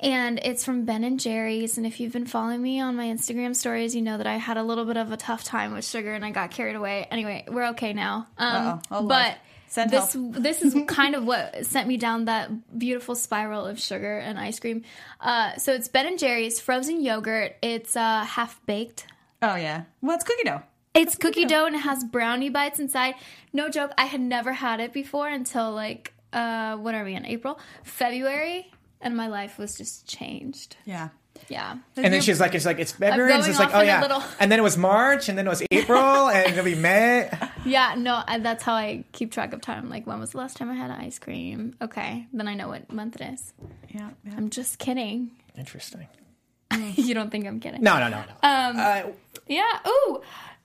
S6: and it's from Ben and Jerry's. And if you've been following me on my Instagram stories, you know that I had a little bit of a tough time with sugar, and I got carried away. Anyway, we're okay now. Um,
S7: Uh-oh. Oh, Lord.
S6: but
S7: Send
S6: this
S7: help.
S6: this
S7: [LAUGHS]
S6: is kind of what sent me down that beautiful spiral of sugar and ice cream. Uh, so it's Ben and Jerry's frozen yogurt. It's uh, half baked.
S7: cream. Oh, yeah. Well, it's cookie dough.
S6: It's cookie dough and it has brownie bites inside. No joke, I had never had it before until like uh what are we in April? February and my life was just changed.
S7: Yeah.
S6: Yeah.
S2: And then she's like, it's like it's February. And
S6: going
S2: it's like,
S6: off
S2: oh
S6: on a
S2: yeah.
S6: little-
S2: And then it was March, and then it was April, and it'll be May. [LAUGHS]
S6: Yeah, no, I, that's how I keep track of time. Like when was the last time I had ice cream? Okay, then I know what month it is.
S7: Yeah. yeah.
S6: I'm just kidding. [LAUGHS]
S2: Interesting.
S6: you don't think I'm kidding.
S2: No, no, no, no. Um,
S6: Yeah. Ooh.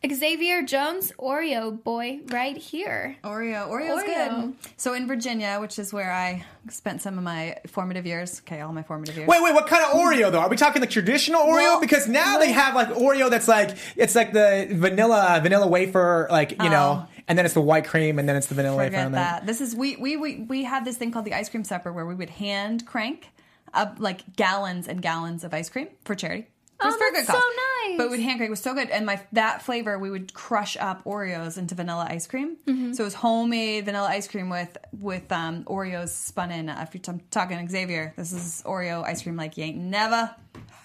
S6: Xavier Jones Oreo boy right here.
S7: Oreo. Oreo's
S6: Oreo.
S7: good. So in Virginia, which is where I spent some of my formative years. Okay, all my formative years.
S2: Wait, wait, what kind of Oreo though? Are we talking like traditional Oreo?
S7: Well,
S2: because now they have like Oreo that's like it's like the vanilla vanilla wafer, like you
S6: Oh.
S2: know, and then it's the white cream, and then it's the vanilla wafer.
S7: Forget
S2: And then,
S7: that. This is we we we we had this thing called the ice cream supper where we would hand crank up like gallons and gallons of ice cream for charity. was
S6: Oh,
S7: very
S6: that's
S7: good cost.
S6: so nice.
S7: But with hand crank was so good, and my that flavor we would crush up Oreos into vanilla ice cream.
S6: Mm-hmm.
S7: So it was homemade vanilla ice cream with with um, Oreos spun in. Uh, if you're t- talking Xavier, this is Oreo ice cream like you ain't never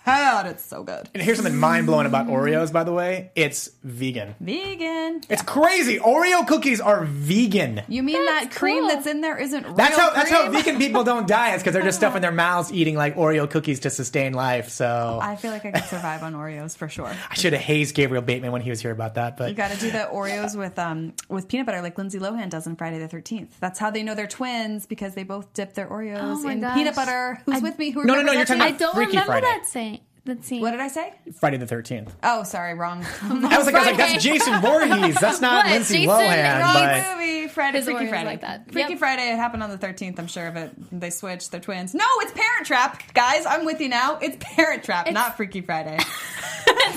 S7: had. It's so good,
S2: And here's something mind blowing
S7: Mm.
S2: about Oreos, by the way. It's vegan.
S7: vegan.
S2: It's crazy. Oreo cookies are vegan.
S7: You mean
S6: That's
S7: that cream
S6: cool.
S7: that's in there isn't
S2: That's
S7: real
S2: how that's how
S7: cream?
S2: vegan people
S7: [LAUGHS]
S2: don't die. It's because they're just stuffing their mouths eating like Oreo cookies to sustain life. So
S7: I feel like I could survive on Oreos for sure.
S2: I should have hazed Gabriel Bateman when he was here about that. But
S7: You got to do the Oreos with um with peanut butter, like Lindsay Lohan does on Friday the Thirteenth. That's how they know they're twins because they both dip their Oreos
S6: Oh my
S7: in
S6: gosh.
S7: peanut butter. Who's
S6: I-
S7: with me? Who
S2: No, no, no,
S7: remembers
S2: you're
S7: that
S2: talking
S6: I
S7: scene?
S2: about-
S6: don't
S2: Freaky
S6: remember
S2: Friday.
S6: that saying. That scene.
S7: What did I say?
S2: Friday the Thirteenth.
S7: Oh, sorry, wrong.
S6: [LAUGHS]
S2: I was like, I was like, that's
S6: Friday.
S2: Jason Voorhees.
S7: [LAUGHS]
S2: That's not
S6: What?
S2: Lindsay
S6: Jason
S2: Lohan.
S6: Voorhees?
S2: But
S7: Wrong movie. Friday,
S6: His
S7: Freaky
S6: Oreos
S7: Friday.
S6: like that.
S7: Freaky
S6: Yep.
S7: Friday. It happened on the thirteenth. I'm sure of it. They switched. They're twins. No, it's Parent Trap, guys. I'm with you now. It's Parent Trap, not Freaky
S6: [LAUGHS]
S7: Friday.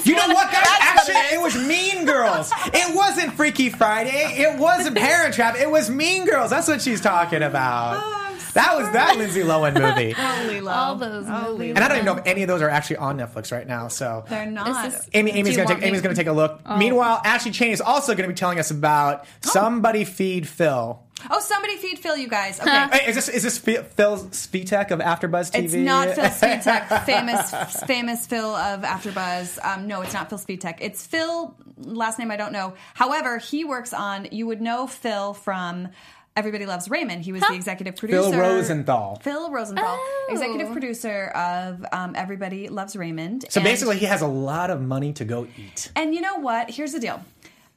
S2: you know what, guys?
S7: That's what
S2: Actually, it was Mean Girls. It wasn't Freaky Friday. It wasn't Parent Trap. It was Mean Girls. That's what she's talking about.
S7: Oh, I'm
S2: that was that Lindsay Lohan
S7: [LAUGHS]
S2: movie.
S7: Holy love.
S6: All those
S7: Oh,
S6: movies.
S2: And I don't even know if any of those are actually on Netflix right now. So
S7: They're not.
S6: This is-
S2: Amy,
S7: Do
S2: Amy's
S7: you
S2: gonna
S7: want
S2: take
S7: me- Oh.
S2: Amy's gonna take a look. Meanwhile, Ashley Chain is also gonna be telling us about somebody feed Phil.
S7: Oh, somebody feed Phil, you guys. Okay.
S2: Hey, is this is this Phil- Phil's Spitek of AfterBuzz TV?
S7: It's
S2: [LAUGHS]
S7: not Phil Speedtech, famous famous Phil of AfterBuzz. Um, no, it's not Phil Speedtech. It's Phil. Last name I don't know. However, he works on. You would know Phil from. Everybody loves Raymond. He was the executive producer.
S2: Phil Rosenthal.
S7: Phil Rosenthal,
S6: Oh.
S7: executive producer of um, Everybody Loves Raymond.
S2: So
S7: And-
S2: basically, he has a lot of money to go eat.
S7: and you know what? Here's the deal.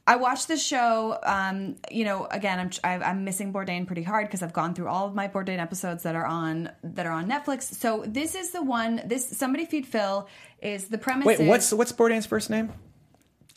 S7: I watched the show. Um, you know, again, I'm I- I'm missing Bourdain pretty hard because I've gone through all of my Bourdain episodes that are on that are on Netflix. So this is the one. This somebody feed Phil is the premise.
S2: Wait,
S7: is-
S2: what's what's Bourdain's first name?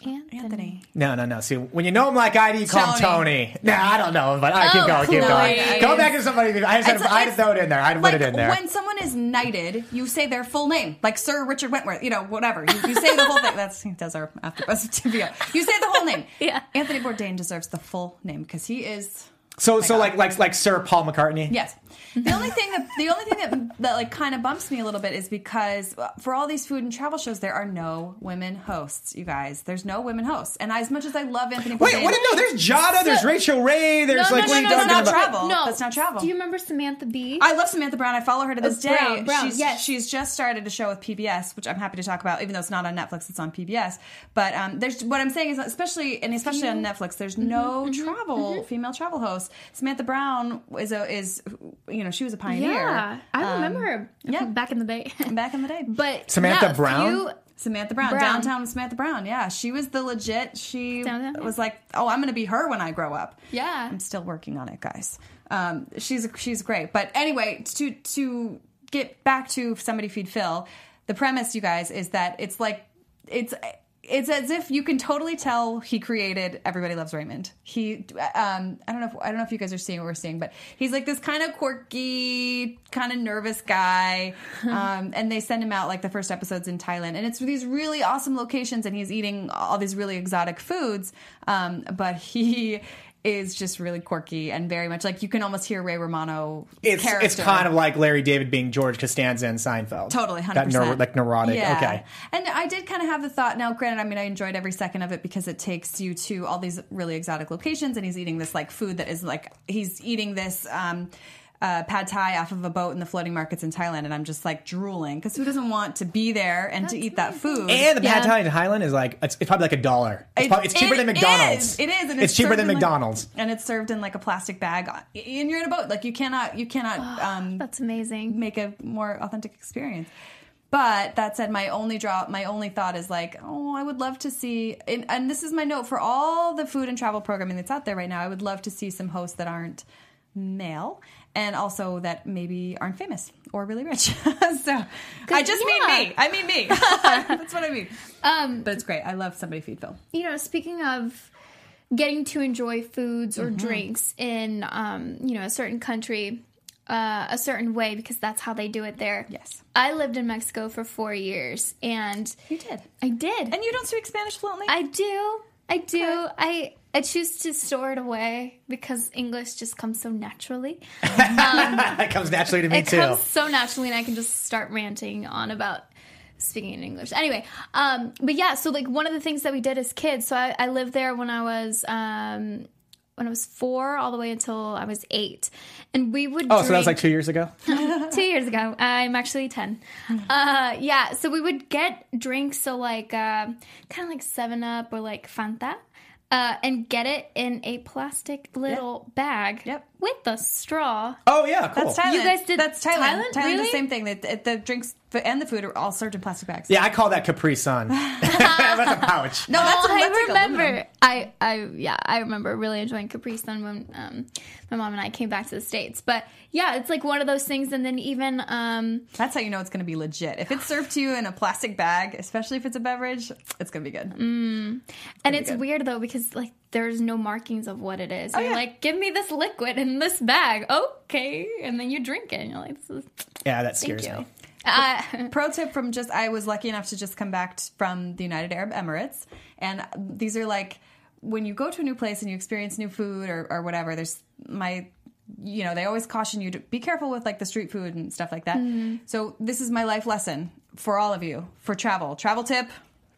S6: Anthony.
S7: Anthony?
S2: No, no, no. See, when you know him like I do, you call
S7: Tony.
S2: him Tony. Nah, I don't know him, but I keep
S6: Oh,
S2: going, keep going.
S6: please.
S2: Go back to somebody. I just had
S7: It's-
S2: to, I had to
S7: it's
S2: throw it in there. I had to
S7: Like
S2: put it in there.
S7: when someone is knighted, you say their full name, like Sir Richard Wentworth. You know, whatever. You, you say the whole thing. That's he does our [LAUGHS] AfterBuzz TV. You say the whole name.
S6: Yeah.
S7: Anthony Bourdain deserves the full name because he is.
S2: so,
S7: Oh
S2: so like like like Sir Paul McCartney.
S7: Yes. The only thing that the only thing that that like kind of bumps me a little bit is because uh, for all these food and travel shows, there are no women hosts. You guys, there's no women hosts. And as much as I love Anthony,
S2: Wait,
S7: Bourdain-
S2: what? No, there's Jada. There's
S6: So-
S2: Rachel Ray. There's like what are you
S7: no,
S2: talking
S7: that's not
S2: about?
S7: travel. That's not travel.
S6: Do you remember Samantha Bee?
S7: I love Samantha Brown. I follow her to this
S6: Oh,
S7: day.
S6: Brown, Brown,
S7: she's,
S6: yes.
S7: she's just started a show with PBS, which I'm happy to talk about, even though it's not on Netflix. It's on PBS. But um, there's what I'm saying is, especially and especially on
S6: Mm-hmm.
S7: Netflix, there's no travel female travel hosts. Samantha Brown is a is you know she was a pioneer.
S6: yeah, I remember her
S7: Um, yeah.
S6: back in the day.
S7: back in the day.
S6: [LAUGHS] but
S2: Samantha
S6: yeah,
S2: Brown?
S6: few-
S7: Samantha Brown,
S6: Brown.
S7: downtown Samantha Brown. Yeah, she was the legit. She
S6: Downtown, yeah.
S7: was like, "Oh, I'm going to be her when I grow up."
S6: Yeah.
S7: I'm still working on it, guys. Um, she's she's great. But anyway, to to get back to somebody feed Phil, the premise, you guys, is that it's like it's. It's as if you can totally tell he created Everybody Loves Raymond. He, um, I don't know, if, I don't know if you guys are seeing what we're seeing, but he's like this kind of quirky, kind of nervous guy. Um, and they send him out like the first episodes in Thailand, and it's these really awesome locations, and he's eating all these really exotic foods. Um, but he is just really quirky and very much like you can almost hear Ray Romano.
S2: It's
S7: character.
S2: it's kind of like Larry David being George Costanza in Seinfeld.
S7: Totally, hundred
S2: That
S7: percent.
S2: neur- like neurotic.
S7: Yeah.
S2: Okay.
S7: And I did kind of have the thought. Now, granted, I mean, I enjoyed every second of it because it takes you to all these really exotic locations, and he's eating this like food that is like he's eating this. Um, uh, pad thai off of a boat in the floating markets in Thailand, and I'm just like drooling because who doesn't want to be there and to eat that food?
S2: And the pad
S6: Yeah.
S2: thai in Highland is like it's, it's probably like a dollar. It's,
S7: It-
S2: probably, it's cheaper
S7: it
S2: than McDonald's.
S7: is. It is. And
S2: it's, cheaper
S7: served
S2: than
S7: in, like-
S2: McDonald's. [LAUGHS]
S7: and it's served in like a plastic bag, uh, and you're in a boat. Like you cannot, you cannot um,
S6: That's amazing.
S7: make a more authentic experience. But that said, my only draw, my only thought is like, oh, I would love to see, and, and this is my note for all the food and travel programming that's out there right now. I would love to see some hosts that aren't male and also that maybe aren't famous or really rich. [LAUGHS] so I just
S6: yeah.
S7: mean me. I mean
S6: [LAUGHS]
S7: me. [LAUGHS] that's what I mean.
S6: Um,
S7: But it's great. I love somebody feed Phil.
S6: you know, speaking of getting to enjoy foods
S7: Mm-hmm.
S6: or drinks in, um, you know, a certain country, uh, a certain way because that's how they do it there.
S7: Yes.
S6: I lived in Mexico for four years, and
S7: You did.
S6: I did.
S7: And you don't speak Spanish fluently?
S6: I do. I do. I I choose to store it away because English just comes so naturally.
S2: That comes naturally to me
S6: it
S2: too.
S6: comes so naturally, and I can just start ranting on about speaking in English. Anyway, um, but yeah, so like one of the things that we did as kids. So I, I lived there when I was um, when I was four, all the way until I was eight, and we would.
S2: Oh, so that was like
S6: drink-
S2: two years ago.
S6: two years ago. I'm actually 10. Uh, yeah, so we would get drinks, so like uh, kind of like 7 Up or like Fanta, uh, and get it in a plastic little bag
S7: Yep.
S6: with the straw.
S2: Oh yeah, cool.
S7: That's Thailand.
S6: You guys did
S7: That's Thailand.
S6: Thailand?
S7: Thailand
S6: Really?
S7: the same thing. That that the drinks f- and the food are all served in plastic bags.
S2: yeah, I call that Capri Sun. [LAUGHS] that's a pouch.
S7: [LAUGHS] No, that's, that's
S6: Oh, I
S7: like aluminum.
S6: remember. I, I, yeah, I remember really enjoying Capri Sun when um, my mom and I came back to the states. But yeah, it's like one of those things. And then even um,
S7: That's how you know it's going to be legit. If it's served to you in a plastic bag, especially if it's a beverage, it's going to be good.
S6: and it's weird though because like there's no markings of what it is. You're
S7: Oh, yeah.
S6: like, give me this liquid in this bag, okay, and then you drink it, and you're like, this is
S2: Yeah, that
S6: thank
S2: scares
S6: you.
S2: me.
S6: Uh, [LAUGHS]
S7: Pro tip from just I was lucky enough to just come back t- from the United Arab Emirates, and these are like when you go to a new place and you experience new food or, or whatever. There's my you know they always caution you to be careful with like the street food and stuff like that.
S6: Mm-hmm.
S7: So this is my life lesson for all of you for travel. Travel tip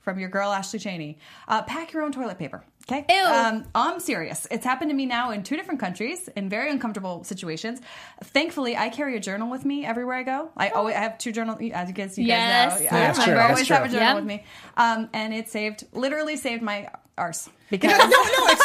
S7: from your girl Ashley Cheney: uh, pack your own toilet paper. Okay.
S6: Ew.
S7: Um, I'm serious. It's happened to me now in two different countries in very uncomfortable situations. Thankfully, I carry a journal with me everywhere I go. I always I have two journal as you guys you
S6: Oh. Yes,
S7: guys know.
S6: Yeah,
S7: I
S2: that's true,
S7: remember. I
S2: that's
S7: always have a
S6: true.
S7: journal
S6: Yeah.
S7: with me. Um, and it saved literally saved my arse because
S2: No, no, no.
S7: [LAUGHS]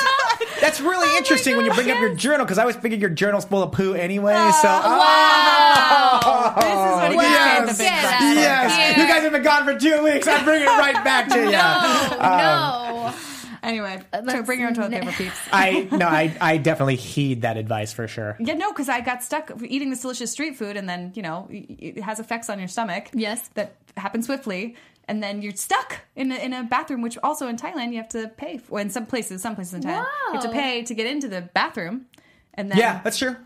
S2: It's, that's really
S7: Oh
S2: interesting when you bring up your journal because I always figured your journal's full of poo anyway.
S7: Oh,
S2: so oh,
S6: wow.
S7: this is what it
S2: yes.
S7: gets paid the big
S6: Yeah.
S7: bucks.
S6: Oh,
S2: yes,
S6: God.
S2: you guys have been gone for two weeks. I bring it right back
S7: [LAUGHS]
S2: to you.
S7: Uh,
S6: oh, no.
S7: um, Anyway, so bring your own toilet paper, peeps.
S2: I no, I, I definitely heed that advice for sure.
S7: [LAUGHS] Yeah, no, because I got stuck eating this delicious street food, and then you know it has effects on your stomach.
S6: Yes.
S7: that happen swiftly, and then you're stuck in a, in a bathroom, which also in Thailand you have to pay. For, in some places, some places in Thailand you have to
S6: Wow.
S7: pay to get into the bathroom, and then
S2: Yeah, that's true.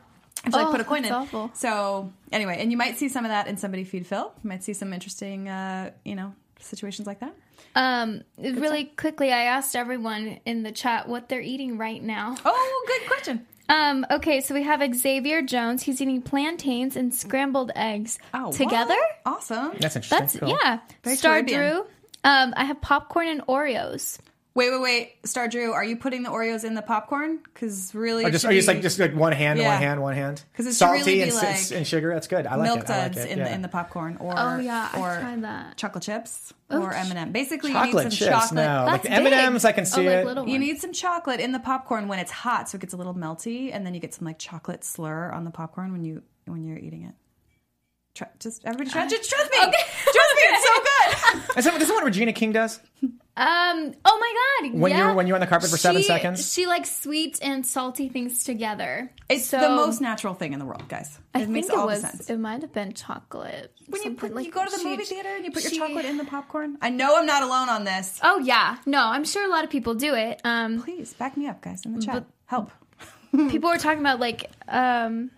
S7: until
S6: Oh,
S7: I put a coin
S6: that's
S7: in.
S6: awful.
S7: So anyway, and you might see some of that in somebody feed Phil. You might see some interesting, uh, you know, situations like that. [LAUGHS]
S6: Um, really quickly, I asked everyone in the chat what they're eating right now.
S7: Oh, good question.
S6: Um, okay, so we have Xavier Jones. He's eating plantains and scrambled eggs
S7: Oh,
S6: together.
S7: wow. awesome.
S2: That's interesting.
S6: That's
S2: Cool.
S6: yeah.
S7: Very
S6: Star
S7: Caribbean.
S6: Drew. Um, I have popcorn and Oreos.
S7: Wait, wait, wait, Star Drew, are you putting the Oreos in the popcorn? Because really,
S2: Or
S7: it
S2: just
S7: should
S2: or just
S7: be
S2: like just like one hand,
S7: Yeah.
S2: one hand, one hand.
S7: 'Cause it should
S2: salty
S7: really be
S2: and, s-
S7: like
S2: s- and sugar. That's good. I like
S7: milk
S2: it. I like
S7: duds
S2: it.
S7: in
S2: yeah.
S7: the in the popcorn or
S6: Oh, yeah, I've
S7: or
S6: tried that.
S7: chocolate chips or M and m Basically, you
S2: chocolate
S7: need some
S2: chips.
S7: chocolate.
S2: No, Oh, like M
S6: That's
S2: and
S6: big.
S2: M's. I can see
S6: oh, like
S2: it.
S6: little
S7: You
S6: ones.
S7: need some chocolate in the popcorn when it's hot, so it gets a little melty, and then you get some like chocolate slur on the popcorn when you when you're eating it. Try, just everybody try. just trust me. Trust me.
S6: [LAUGHS]
S7: It's so good.
S2: Is that, is that what Regina King
S7: [LAUGHS]
S2: does?
S6: Um. Oh my God.
S2: When
S6: yeah.
S2: you're- when you're on the carpet for seven
S6: She-
S2: seconds?
S6: She likes sweet and salty things together.
S7: It's
S6: so,
S7: the most natural thing in the world, guys. It
S6: I think
S7: makes
S6: it
S7: all
S6: was.
S7: the sense.
S6: It might have been chocolate.
S7: When you,
S6: something
S7: put,
S6: like-
S7: you go to the
S6: she-
S7: movie theater and you put
S6: she-
S7: your chocolate in the popcorn. I know I'm not alone on this.
S6: Oh yeah. No, I'm sure a lot of people do it. Um.
S7: Please back me up, guys, in the chat. Help.
S6: people were talking about like um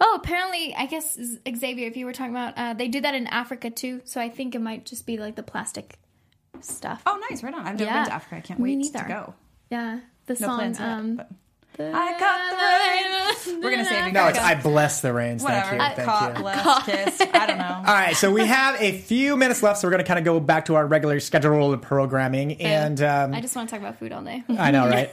S6: oh apparently i guess Z- xavier if you were talking about uh, they do that in africa too so i think it might just be like the plastic stuff
S7: Oh, nice. Right on. I've never
S6: Yeah.
S7: been to Africa. I can't
S6: Me
S7: wait to
S6: neither.
S7: go.
S6: yeah the
S7: No
S6: song
S7: plans yet,
S6: um
S7: but- I caught the rain. We're gonna save you.
S2: No,
S7: guys.
S2: it's I bless the rains.
S7: Whatever.
S2: Thank you. Thank
S7: caught,
S2: you.
S7: blessed, kissed. I don't know. [LAUGHS]
S2: All right, so we have a few minutes left, so we're going to kind of go back to our regular scheduled programming. And um,
S6: i just want to talk about food all day
S2: I know,
S7: [LAUGHS]
S2: right?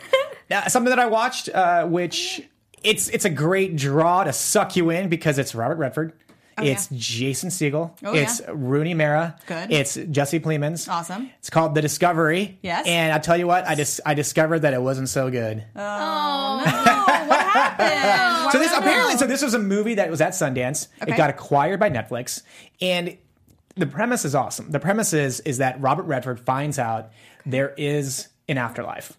S2: Now, something that I watched, uh, which it's it's a great draw to suck you in because it's Robert Redford. it's Jason Siegel.
S7: Oh,
S2: it's
S7: yeah.
S2: Rooney Mara.
S7: Good.
S2: It's Jesse Plemons.
S7: Awesome.
S2: It's called The Discovery.
S7: Yes.
S2: And I'll tell you what, I just I discovered that it wasn't so good.
S7: Oh, what happened?
S2: so this apparently so this was a movie that was at Sundance. It
S7: Okay.
S2: got acquired by Netflix and the premise is awesome. The premise is is that Robert Redford finds out there is an afterlife.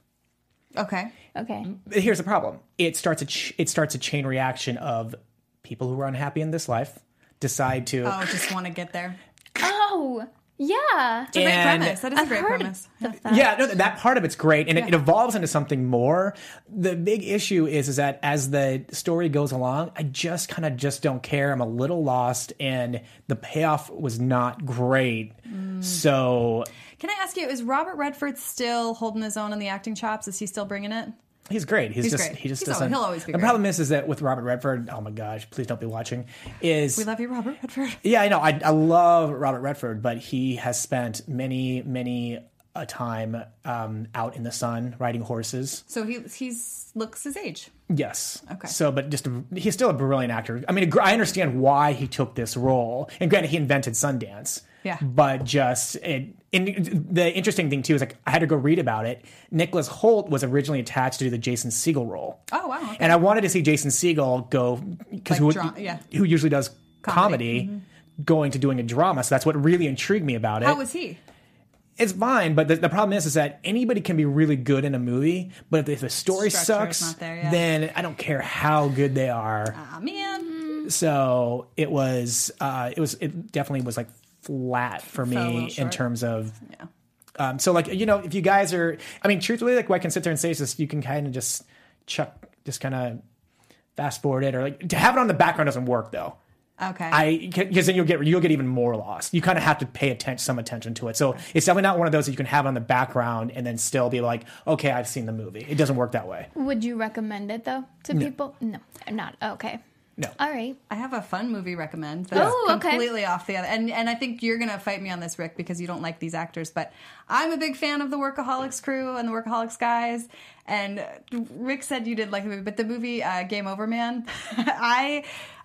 S7: okay.
S6: [LAUGHS] okay
S2: But here's the problem it starts a ch- it starts a chain reaction of people who are unhappy in this life decide to
S7: Oh, just want to get there.
S6: oh yeah
S7: Great
S2: and
S7: premise. That is a
S6: I've
S7: great
S6: heard
S7: premise.
S6: of that.
S2: yeah no, that part of it's great and it, it evolves into something more the big issue is is that as the story goes along i just kind of just don't care i'm a little lost and the payoff was not great so
S7: Mm. Can I ask you? Is Robert Redford still holding his own on the acting chops? Is he still bringing it?
S2: He's great. He's,
S7: He's
S2: just
S7: great.
S2: he just
S7: He's always-
S2: doesn't.
S7: he'll always
S2: the
S7: be great.
S2: problem is, is that with Robert Redford. Oh my gosh! Please don't be watching. Is
S7: We love you, Robert Redford. [LAUGHS]
S2: yeah, I know. I, I love Robert Redford, but he has spent many many a time um, out in the sun riding horses.
S7: So he he's looks his age.
S2: Yes.
S7: Okay.
S2: So, but just a, he's still a brilliant actor. I mean, I understand why he took this role, and granted, he invented Sundance.
S7: Yeah.
S2: But just it, in, the interesting thing too is like I had to go read about it. Nicholas Holt was originally attached to do the Jason Siegel role.
S7: Oh wow. Okay.
S2: And I wanted to see Jason Siegel go because
S7: Like
S2: who,
S7: dra- yeah.
S2: who usually does comedy,
S7: Comedy. mm-hmm.
S2: going to doing a drama. So that's what really intrigued me about it
S7: How was he?
S2: it's fine, but the, the problem is, is that anybody can be really good in a movie, but if, if the story
S7: Structure's
S2: sucks,
S7: not there, yeah.
S2: then I don't care how good they are.
S7: Ah man.
S2: So it was, uh, it was, it definitely was like flat for
S7: a little
S2: me in
S7: short.
S2: terms of. Um, so like you know, if you guys are, I mean, truthfully, like what I can sit there and say is this: you can kind of just chuck, just kind of fast forward it, or like to have it on the background doesn't work though.
S7: Okay.
S2: Mm. I because then you'll get you'll get even more lost. You kind of have to pay attention some attention to it. So it's definitely not one of those that you can have on the background and then still be like, okay, I've seen the movie. It doesn't work that way.
S6: Would you recommend it though to people? No, not okay.
S2: No.
S6: All right.
S7: I have a fun movie recommend that's
S6: Oh, okay.
S7: completely off the other. And and I think you're gonna fight me on this, Rick, because you don't like these actors. But I'm a big fan of the Workaholics crew and the Workaholics guys. And uh, Rick said you did like the movie, but the movie uh, Game Over Man, [LAUGHS] I.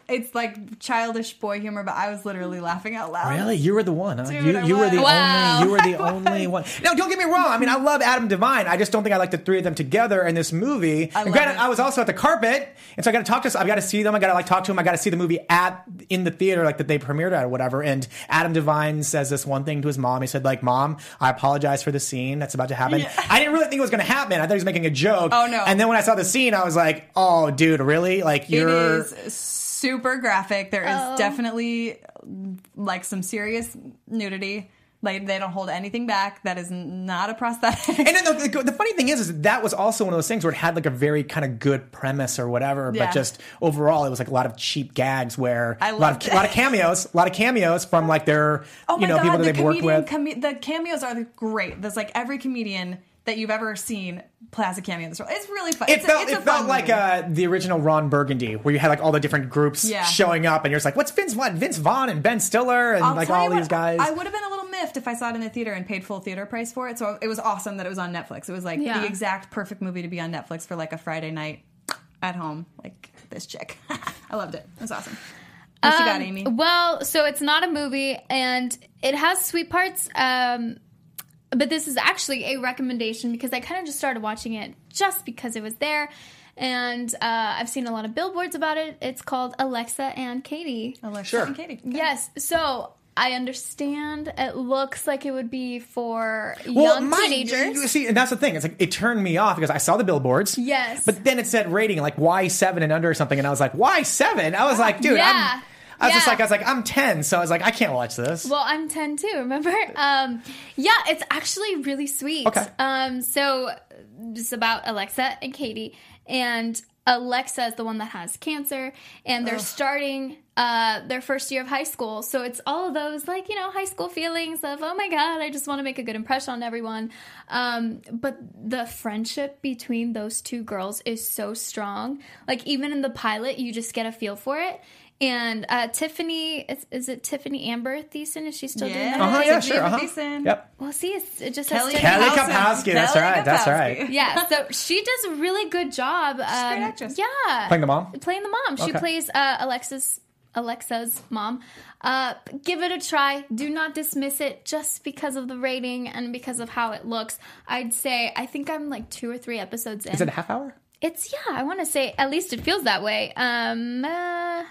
S7: It's like childish boy humor, but I was literally laughing out loud.
S2: Really, you were the one. Huh?
S7: Dude,
S2: you
S7: I
S2: you were
S7: was.
S2: the
S6: Wow.
S2: only. You were the
S7: [LAUGHS]
S2: only one. Now, don't get me wrong. I mean, I love Adam Devine. I just don't think I like the three of them together in this movie.
S7: I
S2: And
S7: love
S2: granted,
S7: it.
S2: I was also at the carpet, and so I got to talk to. I've got to see them. I got to like talk to them. I got to see the movie at in the theater, like that they premiered at or whatever. And Adam Devine says this one thing to his mom. He said like, "Mom, I apologize for the scene that's about to happen." I didn't really think it was going to happen. I thought he was making a joke.
S7: Oh, no.
S2: And then when I saw the scene, I was like, "Oh, dude, really? Like
S7: It
S2: you're."
S7: is super graphic. There is
S6: Oh.
S7: definitely like some serious nudity. Like they don't hold anything back. That is not a prosthetic.
S2: And then the, the, the funny thing is, is that was also one of those things where it had like a very kind of good premise or whatever,
S7: Yeah.
S2: but just overall it was like a lot of cheap gags where
S7: I
S2: a lot
S7: loved
S2: of
S7: it.
S2: a lot of cameos, a lot of cameos from like their
S7: Oh my
S2: you know
S7: god,
S2: people that
S7: the
S2: they've worked
S7: comedian
S2: with.
S7: Come- the cameos are great. There's like every comedian that you've ever seen plays a cameo in this role. It's really fun.
S2: it
S7: it's a,
S2: felt
S7: it's a
S2: it felt
S7: fun
S2: like
S7: movie.
S2: uh, the original Ron Burgundy, where you had like all the different groups
S7: Yeah.
S2: showing up, and you're just like, "What's Vince? What Vince Vaughn and Ben Stiller and
S7: I'll
S2: like
S7: tell you
S2: all
S7: what,
S2: these guys?"
S7: I would have been a little miffed if I saw it in the theater and paid full theater price for it. So it was awesome that it was on Netflix. It was like
S6: Yeah.
S7: the exact perfect movie to be on Netflix for like a Friday night at home, like this chick. [LAUGHS] I loved it. It was awesome. What you
S6: Um,
S7: got, Amy?
S6: Well, so it's not a movie, and it has sweet parts. Um, but this is actually a recommendation because I kind of just started watching it just because it was there, and uh, I've seen a lot of billboards about it. It's called Alexa and Katie.
S7: Alexa and Katie.
S6: Yes, so. I understand. It looks like it would be for young
S2: my-
S6: teenagers.
S2: You see, and that's the thing. It's like it turned me off because I saw the billboards.
S6: Yes.
S2: But then it said rating like Y seven and under or something, and I was like, Y seven? I was like, dude,
S6: Yeah.
S2: I'm. I was just
S6: Yeah.
S2: like, I was like, I'm ten, so I was like, I can't watch this.
S6: Well, I'm 10 too,
S2: [LAUGHS]
S6: remember? Um, yeah, it's actually really sweet.
S2: Okay.
S6: Um, so it's about Alexa and Katie, and Alexa is the one that has cancer, and they're starting uh, their first year of high school. So it's all of those, like, you know, high school feelings of, oh my God, I just want to make a good impression on everyone. Um, but the friendship between those two girls is so strong. Like, even in the pilot, you just get a feel for it. And uh, Tiffany, is, is it Tiffany Amber Thiessen? Is she still doing
S7: Yeah.
S6: that?
S2: uh-huh, yeah,
S7: Sophia
S2: sure. Uh-huh.
S7: Matheson.
S2: Yep.
S6: Well, see, it's, it just
S7: Kelly,
S6: has to
S2: Kelly
S7: Kapowski.
S2: Kapowski, that's
S7: Kelly
S2: right, that's right.
S7: Kapowski.
S6: yeah, so she does a really good job. She's um,
S7: great actress.
S6: Yeah,
S2: Playing the mom?
S6: Playing the mom. She
S2: Okay.
S6: plays uh, Alexa's Alexa's mom. Uh, give it a try. Do not dismiss it just because of the rating and because of how it looks. I'd say I think I'm like two or three episodes in.
S2: Is it a half hour?
S6: it's yeah. I want to say at least it feels that way. Um. Uh,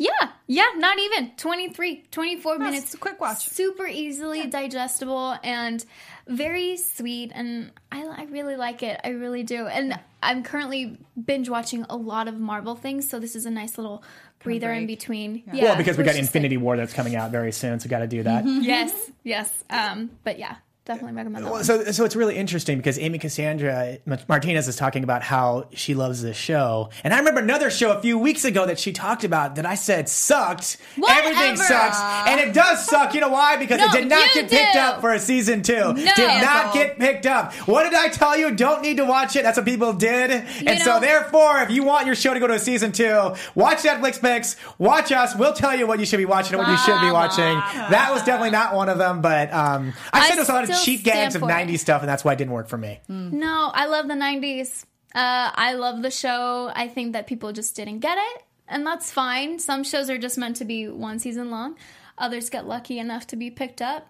S6: yeah, yeah, not even 23, 24
S7: That's
S6: minutes.
S7: a quick watch.
S6: Super easily digestible and very sweet. And I, I really like it. I really do. And I'm currently binge watching a lot of Marvel things. So this is a nice little breather in
S7: break.
S6: between. Yeah.
S2: well, because we
S6: Which
S2: got
S6: is
S2: Infinity War that's coming out very soon, so got to do that.
S6: like- yes, yes. Um, but yeah, definitely recommend that.
S2: Well,
S6: one.
S2: so so it's really interesting because Amy Cassandra Ma- Martinez is talking about how she loves this show, and I remember another show a few weeks ago that she talked about that I said sucked. Everything
S6: Whatever.
S2: sucks, and it does suck. You know why? Because it
S6: No,
S2: did not
S6: you
S2: get picked
S6: do.
S2: up for a season two. Did not
S7: Cancel.
S2: get picked up. What did I tell you? Don't need to watch it. That's what people did, and so
S6: know-
S2: therefore, if you want your show to go to a season two, watch Netflix picks. Watch us. We'll tell you what you should be watching and what you should be watching. That was definitely not one of them, but um, I
S6: I
S2: said it was a lot of
S6: still
S2: cheap
S6: stand
S2: games of
S6: for it. Mm-hmm.
S2: 90s stuff, and that's why it didn't work for me.
S6: No, I love the 90s. Uh, I love the show. I think that people just didn't get it, and that's fine. Some shows are just meant to be one season long, others get lucky enough to be picked up.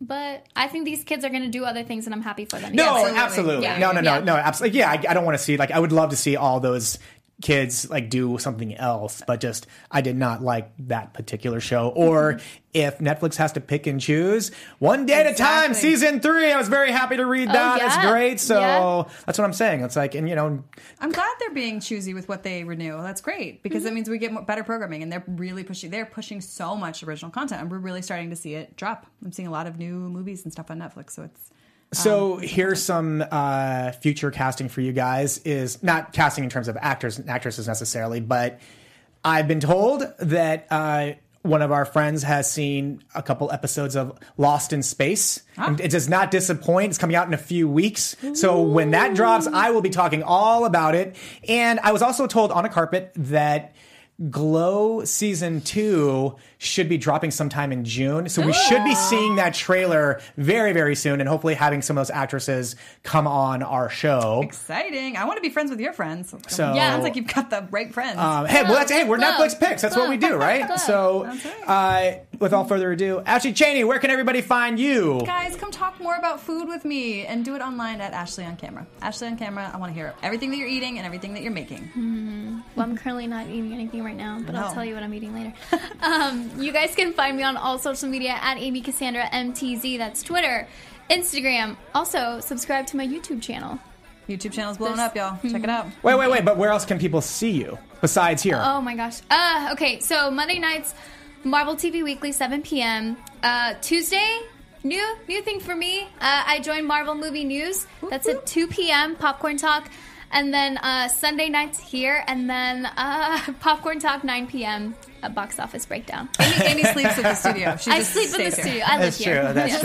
S6: But I think these kids are going to do other things, and I'm happy for them.
S2: No,
S6: Yeah,
S2: absolutely.
S6: absolutely. Yeah.
S2: No, no, no,
S6: Yeah.
S2: no, absolutely. Yeah, I, I don't want to see, like, I would love to see all those kids, like, do something else, but just, I did not like that particular show. Or
S6: Mm-hmm.
S2: if Netflix has to pick and choose, one day at a time,
S7: Exactly.
S2: season three. I was very happy to read that. It's
S6: Oh, yeah.
S2: great. So
S6: Yeah.
S2: that's what I'm saying. It's like, and, you know,
S7: I'm glad they're being choosy with what they renew. That's great because
S6: Mm-hmm.
S7: that means we get more, better programming, and they're really pushing. They're pushing so much original content, and we're really starting to see it drop. I'm seeing a lot of new movies and stuff on Netflix, so it's
S2: So
S6: Um,
S2: here's some uh, future casting for you guys. Is not casting in terms of actors and actresses necessarily, but I've been told that uh, one of our friends has seen a couple episodes of Lost in Space. And It does not disappoint. It's coming out in a few weeks. So when that drops, I will be talking all about it. And I was also told on a carpet that. Glow season two should be dropping sometime in June. So we should be seeing that trailer very, very soon and hopefully having some of those actresses come on our show.
S7: exciting. I want to be friends with your friends.
S2: So-
S6: Yeah.
S7: sounds like you've got the right friends.
S2: Um, hey, well, that's hey, we're
S6: Glow.
S2: Netflix picks. That's what we do,
S6: Glow.
S2: right?
S6: Glow.
S2: So,
S7: That's
S2: uh, with all further ado, Ashley Cheney, where can everybody find you?
S7: Guys, come talk more about food with me and do it online at Ashley on Camera. Ashley on Camera, I want to hear it. everything that you're eating and everything that you're making.
S6: Hmm. Well, I'm currently not eating anything right now, but I'll
S7: No.
S6: tell you what I'm eating later. [LAUGHS] um, you guys can find me on all social media at Amy Cassandra MTZ. That's Twitter, Instagram. Also, subscribe to my YouTube channel.
S7: YouTube channel's blowing
S6: There's-
S7: up, y'all.
S6: Hmm.
S7: Check it out.
S2: Wait, wait, wait. But where else can people see you besides here?
S6: Oh my gosh. Uh, okay, so Monday nights, Marvel TV Weekly, 7 p.m. Uh, Tuesday, new new thing for me. Uh, I joined Marvel Movie News. That's at 2 p.m. Popcorn Talk, and then uh, Sunday nights here, and then uh, [LAUGHS] Popcorn Talk 9 p.m. A box office breakdown.
S7: Amy sleeps at the studio. She
S6: I
S7: just
S6: sleep in the
S7: stays here.
S6: studio. I live
S2: That's
S6: here.
S2: true. That's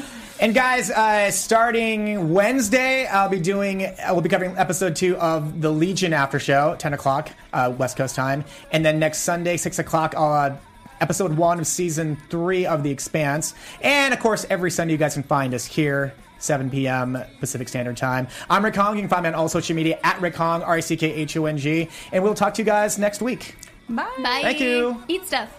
S2: true. And guys, uh, starting Wednesday, I'll be doing. I will be covering episode two of the Legion After Show, ten o'clock uh, West Coast time, and then next Sunday, six o'clock. I'll, uh, episode one of season three of The Expanse, and of course, every Sunday you guys can find us here. 7 p.m. Pacific Standard Time. I'm Rick Hong. You can find me on all social media at Rick Hong, R I C K H O N G. And we'll talk to you guys next week.
S7: Bye.
S6: Bye.
S2: Thank you.
S6: Eat stuff.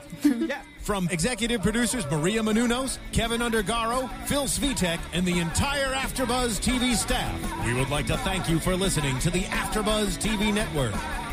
S3: From executive producers Maria Manunos, Kevin Undergaro, Phil Svitek, and the entire AfterBuzz TV staff, we would like to thank you for listening to the AfterBuzz TV network.